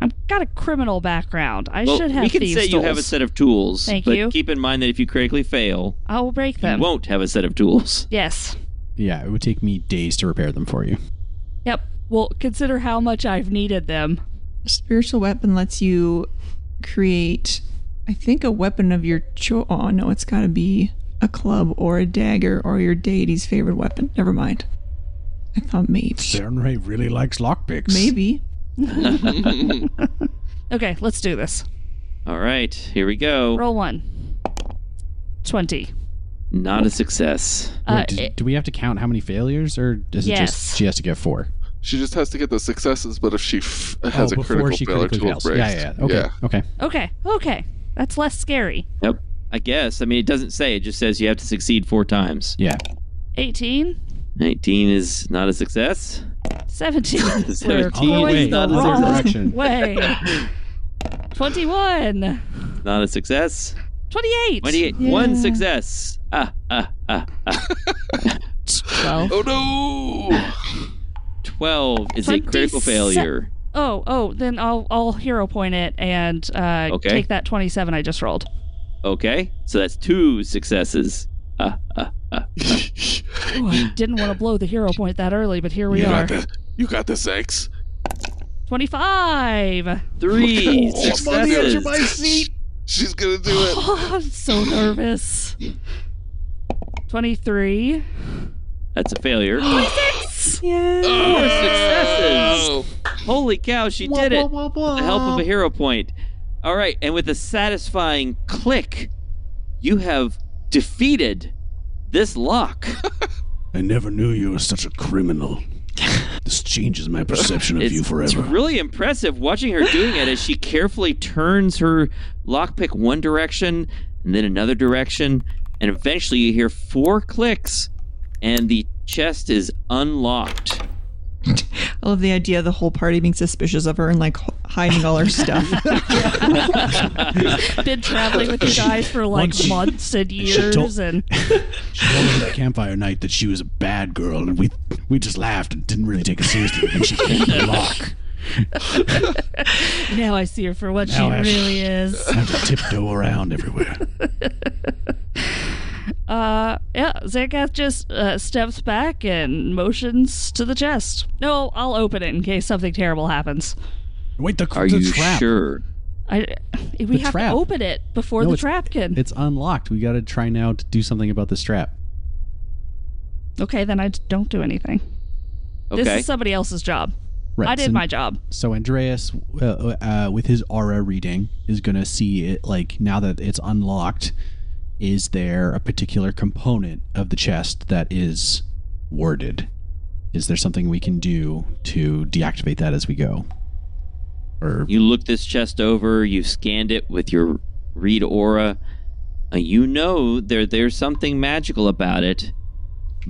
Speaker 3: I've got a criminal background. I
Speaker 1: Well,
Speaker 3: should have
Speaker 1: we can
Speaker 3: thieves'
Speaker 1: say you have a
Speaker 3: tools.
Speaker 1: set of tools.
Speaker 3: Thank
Speaker 1: but
Speaker 3: you.
Speaker 1: keep in mind that if you critically fail,
Speaker 3: I will break
Speaker 1: you
Speaker 3: them.
Speaker 1: won't have a set of tools.
Speaker 3: Yes.
Speaker 2: yeah, it would take me days to repair them for you.
Speaker 3: Yep. Well, consider how much I've needed them.
Speaker 4: Spiritual weapon lets you create, I think, a weapon of your cho. Oh no, it's got to be a club or a dagger or your deity's favorite weapon. Never mind. I thought maybe,
Speaker 6: Sernray really likes lockpicks.
Speaker 4: maybe
Speaker 3: Okay, let's do this.
Speaker 1: All right, here we go.
Speaker 3: Roll one. 20.
Speaker 1: Not a success.
Speaker 3: Uh,
Speaker 2: Wait, do,
Speaker 3: it-
Speaker 2: do we have to count how many failures, or is it
Speaker 3: Yes.
Speaker 2: just she has to get four?
Speaker 5: She just has to get the successes, but if she f-
Speaker 2: Oh,
Speaker 6: Oh,
Speaker 5: has a critical failure, tools breaks.
Speaker 2: Yeah, yeah, yeah. Okay, okay.
Speaker 3: okay, okay. That's less scary.
Speaker 1: Yep. I guess. I mean, it doesn't say. It just says you have to succeed four times.
Speaker 2: Yeah,
Speaker 3: 18,
Speaker 1: 19 is not a success.
Speaker 3: 17. We're
Speaker 1: 17
Speaker 6: Oh,
Speaker 3: going
Speaker 1: is
Speaker 3: the
Speaker 1: not a
Speaker 3: wrong
Speaker 1: success.
Speaker 2: direction.
Speaker 3: way. 21,
Speaker 1: Not a success.
Speaker 3: 28.
Speaker 1: 28. One success. Ah, ah, ah, ah.
Speaker 3: 12.
Speaker 5: Oh no!
Speaker 1: 12 is a critical
Speaker 3: 27.
Speaker 1: failure.
Speaker 3: Oh, oh, then I'll I'll hero point it and uh,
Speaker 1: Okay.
Speaker 3: take that 27 I just rolled.
Speaker 1: Okay. So that's two successes. Ah, ah, ah.
Speaker 3: Ooh, I didn't want to blow the hero point that early, but here we
Speaker 5: you
Speaker 3: are.
Speaker 5: got this. You got this, Zanks.
Speaker 3: 25.
Speaker 1: Three
Speaker 5: Oh, I'm
Speaker 1: successes.
Speaker 5: on the edge of my seat. She's gonna do it.
Speaker 3: Oh, I'm so nervous. 23.
Speaker 1: That's a failure.
Speaker 5: Four
Speaker 1: successes. Holy cow, she did it. With the help of a hero point. All right, and with a satisfying click, you have defeated this lock.
Speaker 6: I never knew you were such a criminal. this changes my perception of
Speaker 1: It's,
Speaker 6: you
Speaker 1: it's
Speaker 6: forever.
Speaker 1: really impressive watching her doing it as she carefully turns her lockpick one direction and then another direction, and eventually you hear four clicks, and the chest is unlocked.
Speaker 4: I love the idea of the whole party being suspicious of her and like h- hiding all her stuff.
Speaker 3: Been traveling with you guys for like
Speaker 6: Once she-
Speaker 3: months and
Speaker 6: she
Speaker 3: years,
Speaker 6: told-
Speaker 3: and
Speaker 6: She told me that campfire night that she was a bad girl, and we we just laughed and didn't really take it seriously. And she came to the lock.
Speaker 3: now I see her for what she
Speaker 6: Now I-
Speaker 3: really is.
Speaker 6: I have to tiptoe around everywhere.
Speaker 3: Uh, yeah, Zangath just uh, steps back and motions to the chest. No, I'll open it in case something terrible happens.
Speaker 6: Wait, the,
Speaker 1: Are
Speaker 6: the
Speaker 1: you
Speaker 6: trap.
Speaker 1: sure?
Speaker 3: I we
Speaker 2: The
Speaker 3: have
Speaker 2: trap.
Speaker 3: to open it before
Speaker 2: No,
Speaker 3: the
Speaker 2: it's-
Speaker 3: trap can.
Speaker 2: it's unlocked. We got to try now to do something about this trap.
Speaker 3: Okay, then I d- don't do anything.
Speaker 1: Okay.
Speaker 3: This is somebody else's job.
Speaker 2: Right.
Speaker 3: I did
Speaker 2: so,
Speaker 3: my job.
Speaker 2: So Andreas, uh, uh, with his aura reading, is going to see it. Like now that it's unlocked, is there a particular component of the chest that is warded? Is there something we can do to deactivate that as we go? Or
Speaker 1: You look this chest over, you scanned it with your read aura. Uh, you know there there's something magical about it,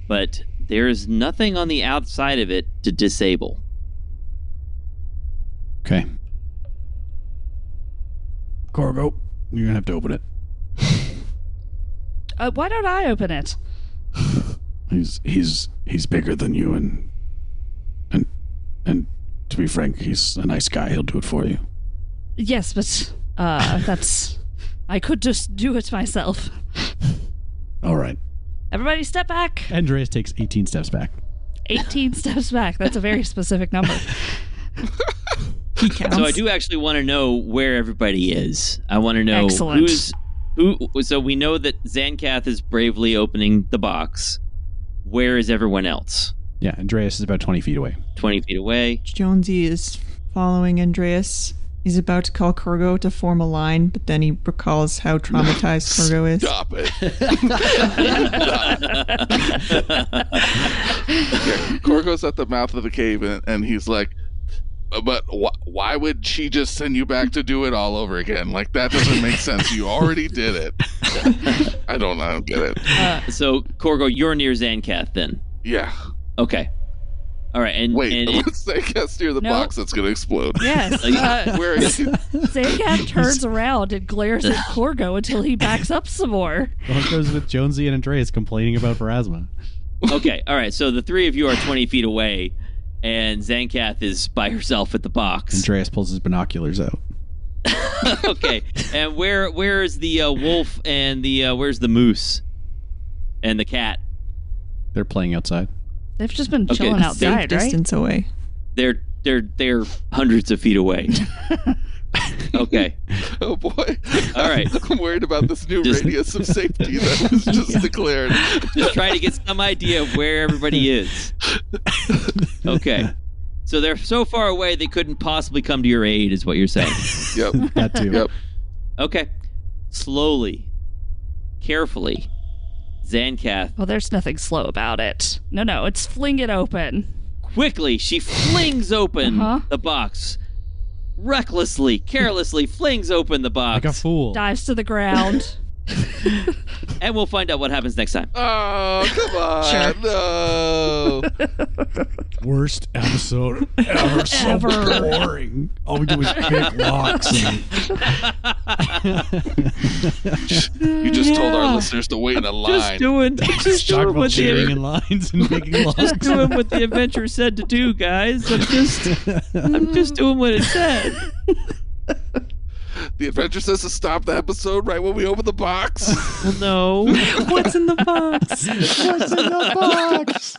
Speaker 1: but there's nothing on the outside of it to disable.
Speaker 2: okay,
Speaker 6: Corgo, you're gonna have to open it.
Speaker 3: Uh, why don't I open it?
Speaker 6: He's he's he's bigger than you, and and and to be frank, he's a nice guy. He'll do it for you.
Speaker 3: Yes, but uh, that's. I could just do it myself.
Speaker 6: All right.
Speaker 3: Everybody, step back.
Speaker 2: Andreas takes 18 steps back.
Speaker 3: 18 steps back. That's a very specific number.
Speaker 4: He counts.
Speaker 1: So I do actually want to know where everybody is. I want to know
Speaker 3: Excellent.
Speaker 1: who's who. So we know that Zancath is bravely opening the box. Where is everyone else?
Speaker 2: Yeah, Andreas is about 20 feet away.
Speaker 1: Twenty feet away.
Speaker 4: Jonesy is following Andreas. He's about to call Corgo to form a line, but then he recalls how traumatized Corgo is.
Speaker 5: Stop it. Corgo's at the mouth of the cave, and, and he's like, "But wh- why would she just send you back to do it all over again? Like that doesn't make sense. You already did it. I don't. I don't get it.
Speaker 1: So Corgo, you're near Zancath then.
Speaker 5: Yeah.
Speaker 1: Okay. All right. And
Speaker 5: Wait.
Speaker 1: and
Speaker 5: let's say cast near the
Speaker 3: No.
Speaker 5: box that's gonna explode.
Speaker 3: Yes. Uh,
Speaker 5: Where is it?
Speaker 3: Zangat turns around and glares at Corgo until he backs up some more.
Speaker 2: Well, it goes with Jonesy and Andreas complaining about Verasma.
Speaker 1: okay, all right. So the three of you are 20 feet away, and Zancath is by herself at the box.
Speaker 2: Andreas pulls his binoculars out.
Speaker 1: okay, and where where is the uh, wolf and the uh, where's the moose and the cat?
Speaker 2: They're playing outside.
Speaker 3: They've just been
Speaker 1: Okay,
Speaker 3: chilling
Speaker 1: safe
Speaker 4: Safe
Speaker 3: outside, right?
Speaker 4: distance away.
Speaker 1: They're they're they're hundreds of feet away. okay,
Speaker 5: Oh boy.
Speaker 1: all right.
Speaker 5: I'm worried about this new
Speaker 1: Just-
Speaker 5: radius of safety that was just declared.
Speaker 1: Just trying to get some idea of where everybody is. Okay. So they're so far away they couldn't possibly come to your aid, is what you're saying.
Speaker 5: Yep.
Speaker 2: That too.
Speaker 5: Yep.
Speaker 1: Okay. Slowly, carefully, Zancath
Speaker 3: Well, there's nothing slow about it. No, no, it's fling it open.
Speaker 1: quickly she flings open
Speaker 3: Uh-huh.
Speaker 1: the box. Recklessly, carelessly flings open the box.
Speaker 2: Like a fool.
Speaker 3: Dives to the ground.
Speaker 1: and we'll find out what happens next time.
Speaker 5: Oh come on. No.
Speaker 6: Worst episode ever. So
Speaker 3: Ever.
Speaker 6: boring. All we do is pick locks. And
Speaker 5: You just told our listeners to wait in a line.
Speaker 1: doing, just
Speaker 6: talk about
Speaker 5: the-
Speaker 6: cheering in lines and picking locks.
Speaker 1: doing what the adventure said to do, guys. I'm just, I'm just doing what it said.
Speaker 5: The adventure says to stop the episode right when we open the box.
Speaker 1: Well, no.
Speaker 4: What's in the box? What's in the box?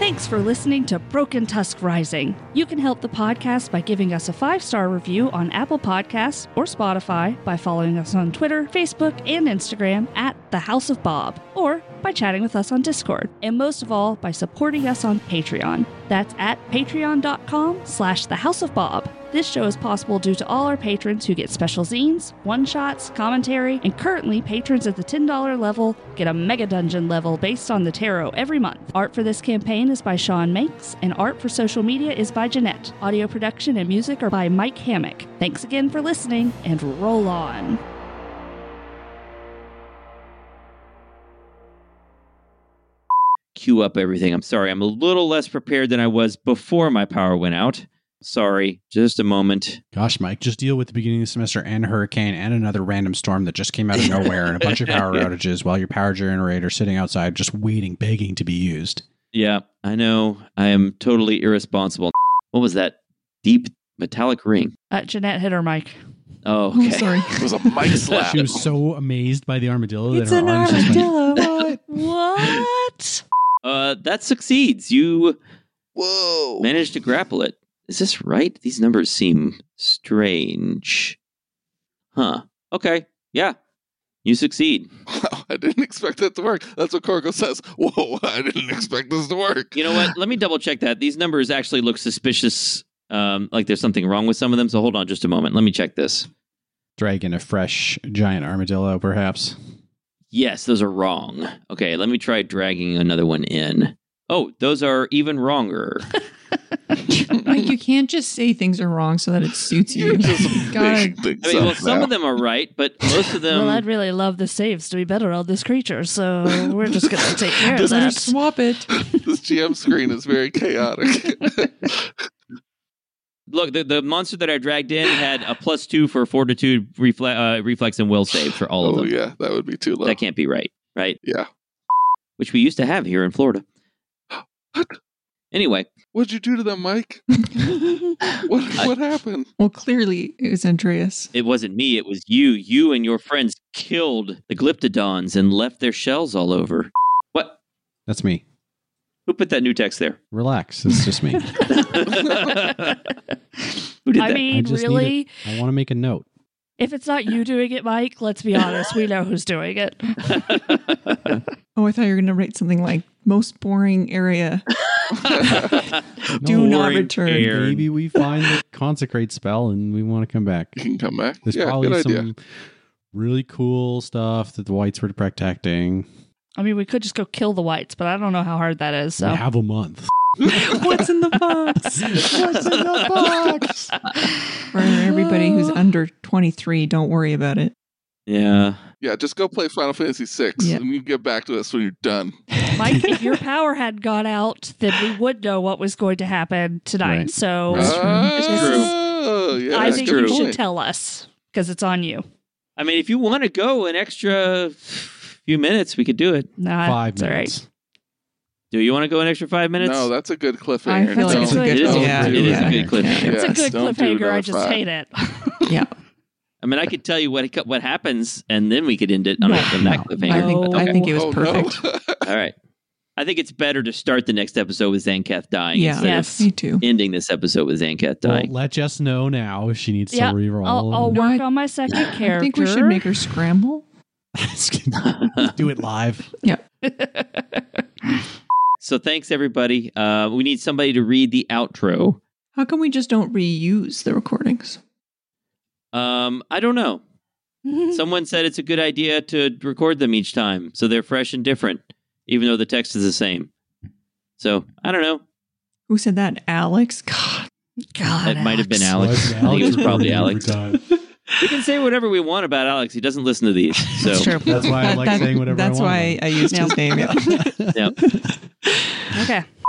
Speaker 3: Thanks for listening to Broken Tusk Rising. You can help the podcast by giving us a five star review on Apple Podcasts or Spotify, by following us on Twitter, Facebook, and Instagram at The House of Bob, or by chatting with us on Discord, and most of all, by supporting us on Patreon. That's at patreon.com slash The House of Bob. This show is possible due to all our patrons who get special zines, one shots, commentary, and currently patrons at the $10 level get a mega dungeon level based on the tarot every month. Art for this campaign is by Sean Makes, and art for social media is by Jeanette. Audio production and music are by Mike Hammock. Thanks again for listening, and roll on.
Speaker 1: Cue up everything. I'm sorry. I'm a little less prepared than I was before my power went out. Sorry. Just a moment.
Speaker 2: Gosh, Mike, just deal with the beginning of the semester and a hurricane and another random storm that just came out of nowhere and a bunch of power outages while your power generator sitting outside just waiting, begging to be used.
Speaker 1: Yeah, I know. I am totally irresponsible. What was that deep metallic ring?
Speaker 3: Uh, Jeanette hit her mic.
Speaker 1: Oh,
Speaker 4: Oh,
Speaker 1: okay.
Speaker 4: sorry.
Speaker 5: It was a mic slap.
Speaker 2: She was so amazed by the armadillo
Speaker 4: It's
Speaker 2: that
Speaker 4: an
Speaker 2: her arms just went,
Speaker 4: armadillo.
Speaker 3: What?
Speaker 1: Uh, that succeeds. You
Speaker 5: Whoa.
Speaker 1: manage to grapple it. Is this right? These numbers seem strange. Huh. Okay. Yeah. You succeed.
Speaker 5: Wow. I didn't expect that to work. That's what Corco says. Whoa, I didn't expect this to work.
Speaker 1: You know what? Let me double check that. These numbers actually look suspicious. Um, like there's something wrong with some of them. So hold on just a moment. Let me check this.
Speaker 2: Dragging a fresh giant armadillo, perhaps.
Speaker 1: Yes, those are wrong. Okay, let me try dragging another one in. Oh, those are even wronger.
Speaker 4: Like, you can't just say things are wrong so that it suits
Speaker 5: You're
Speaker 4: you.
Speaker 5: just
Speaker 4: God.
Speaker 5: making things
Speaker 1: I mean,
Speaker 5: up
Speaker 1: well, some
Speaker 5: now.
Speaker 1: of them are right, but most of them.
Speaker 2: Um,
Speaker 3: well, I'd really love the saves to be better on this creature, so we're just gonna take care of
Speaker 5: Doesn't
Speaker 4: Better
Speaker 3: that.
Speaker 4: swap it.
Speaker 5: this GM screen is very chaotic.
Speaker 1: Look, the, the monster that I dragged in had a plus two for fortitude, refle- uh, reflex, and will save for all of
Speaker 5: oh
Speaker 1: them.
Speaker 5: yeah, that would be too low.
Speaker 1: That can't be right, right?
Speaker 5: Yeah.
Speaker 1: Which we used to have here in Florida.
Speaker 5: What?
Speaker 1: Anyway,
Speaker 5: What'd you do to them, Mike? What what happened?
Speaker 4: well, clearly it was Andreas.
Speaker 1: it wasn't me, it was you. You and your friends killed the glyptodons and left their shells all over. What?
Speaker 2: That's me.
Speaker 1: Who put that new text there?
Speaker 2: Relax. It's just me.
Speaker 1: Who did
Speaker 3: I
Speaker 1: that?
Speaker 2: I
Speaker 3: mean,
Speaker 2: just need
Speaker 3: really,
Speaker 2: I want to make a note.
Speaker 3: if it's not you doing it, Mike, let's be honest, we know who's doing it.
Speaker 4: Oh, I thought you were going to write something like most boring area.
Speaker 2: No
Speaker 4: Do not
Speaker 1: worry,
Speaker 4: return.
Speaker 1: Aaron.
Speaker 2: Maybe we find the consecrate spell and we want to come back.
Speaker 5: You can come back.
Speaker 2: There's
Speaker 5: yeah,
Speaker 2: probably
Speaker 5: good
Speaker 2: some
Speaker 5: idea.
Speaker 2: really cool stuff that the whites were protecting.
Speaker 3: I mean, we could just go kill the whites, but I don't know how hard that is.
Speaker 2: We
Speaker 3: So
Speaker 2: have a month.
Speaker 4: What's in the box?
Speaker 2: What's in the box?
Speaker 4: For everybody who's under 23, don't worry about it.
Speaker 1: Yeah.
Speaker 5: Yeah, just go play Final Fantasy VI,
Speaker 4: Yeah.
Speaker 5: and you can get back to us when you're done.
Speaker 3: Mike, if your power had gone out, then we would know what was going to happen tonight.
Speaker 2: Right.
Speaker 3: So
Speaker 4: That's true.
Speaker 1: It's true.
Speaker 5: Oh, yeah,
Speaker 3: I
Speaker 1: that's
Speaker 3: think
Speaker 5: good
Speaker 3: you should
Speaker 5: point.
Speaker 3: tell us because it's on you.
Speaker 1: I mean, if you want to go an extra few minutes, we could do it.
Speaker 3: Nah,
Speaker 2: Five
Speaker 3: it's all right.
Speaker 2: minutes.
Speaker 1: Do you want to go an extra five minutes?
Speaker 5: No, that's a good cliffhanger.
Speaker 4: I feel like
Speaker 5: Don't-
Speaker 4: it's a
Speaker 3: Don't.
Speaker 4: good
Speaker 1: It is a-
Speaker 4: yeah,
Speaker 1: it is
Speaker 2: a
Speaker 4: yeah.
Speaker 2: good
Speaker 5: cliffhanger.
Speaker 4: Yeah.
Speaker 3: It's
Speaker 5: Yes,
Speaker 3: a good
Speaker 5: don't do
Speaker 3: cliffhanger. I
Speaker 5: another
Speaker 3: just
Speaker 5: five.
Speaker 3: hate it.
Speaker 4: Yeah.
Speaker 1: I mean, I could tell you what what happens, and then we could end it on,
Speaker 4: No,
Speaker 1: a, on that
Speaker 4: no.
Speaker 1: cliffhanger.
Speaker 4: I think,
Speaker 1: okay.
Speaker 4: I think it was
Speaker 5: Oh, no.
Speaker 4: perfect.
Speaker 1: All right. I think it's better to start the next episode with Zanketh dying
Speaker 4: Yeah. Oh.
Speaker 1: instead
Speaker 3: Yes.
Speaker 4: Me too.
Speaker 1: of ending this episode with Zanketh dying.
Speaker 2: Well, let Jess know now if she needs
Speaker 3: Yeah,
Speaker 2: to reroll.
Speaker 3: I'll, I'll
Speaker 2: and-
Speaker 3: work on my second character.
Speaker 4: I think we should make her scramble.
Speaker 2: Do it live.
Speaker 1: so thanks everybody. Uh, we need somebody to read the outro.
Speaker 4: How come we just don't reuse the recordings?
Speaker 1: Um, I don't know. Someone said it's a good idea to record them each time so they're fresh and different, even though the text is the same. So I don't know.
Speaker 4: Who said that? Alex? God.
Speaker 3: God,
Speaker 1: It might have been Alex.
Speaker 3: Alex.
Speaker 2: Why is
Speaker 1: I think it was probably Alex.
Speaker 2: recording every time?
Speaker 1: We can say whatever we want about Alex. He doesn't listen to these. So
Speaker 3: That's true.
Speaker 2: That's why I
Speaker 4: That-
Speaker 2: like
Speaker 4: that-
Speaker 2: saying whatever I
Speaker 4: That's
Speaker 2: want.
Speaker 4: why I used his name. yeah.
Speaker 3: Okay.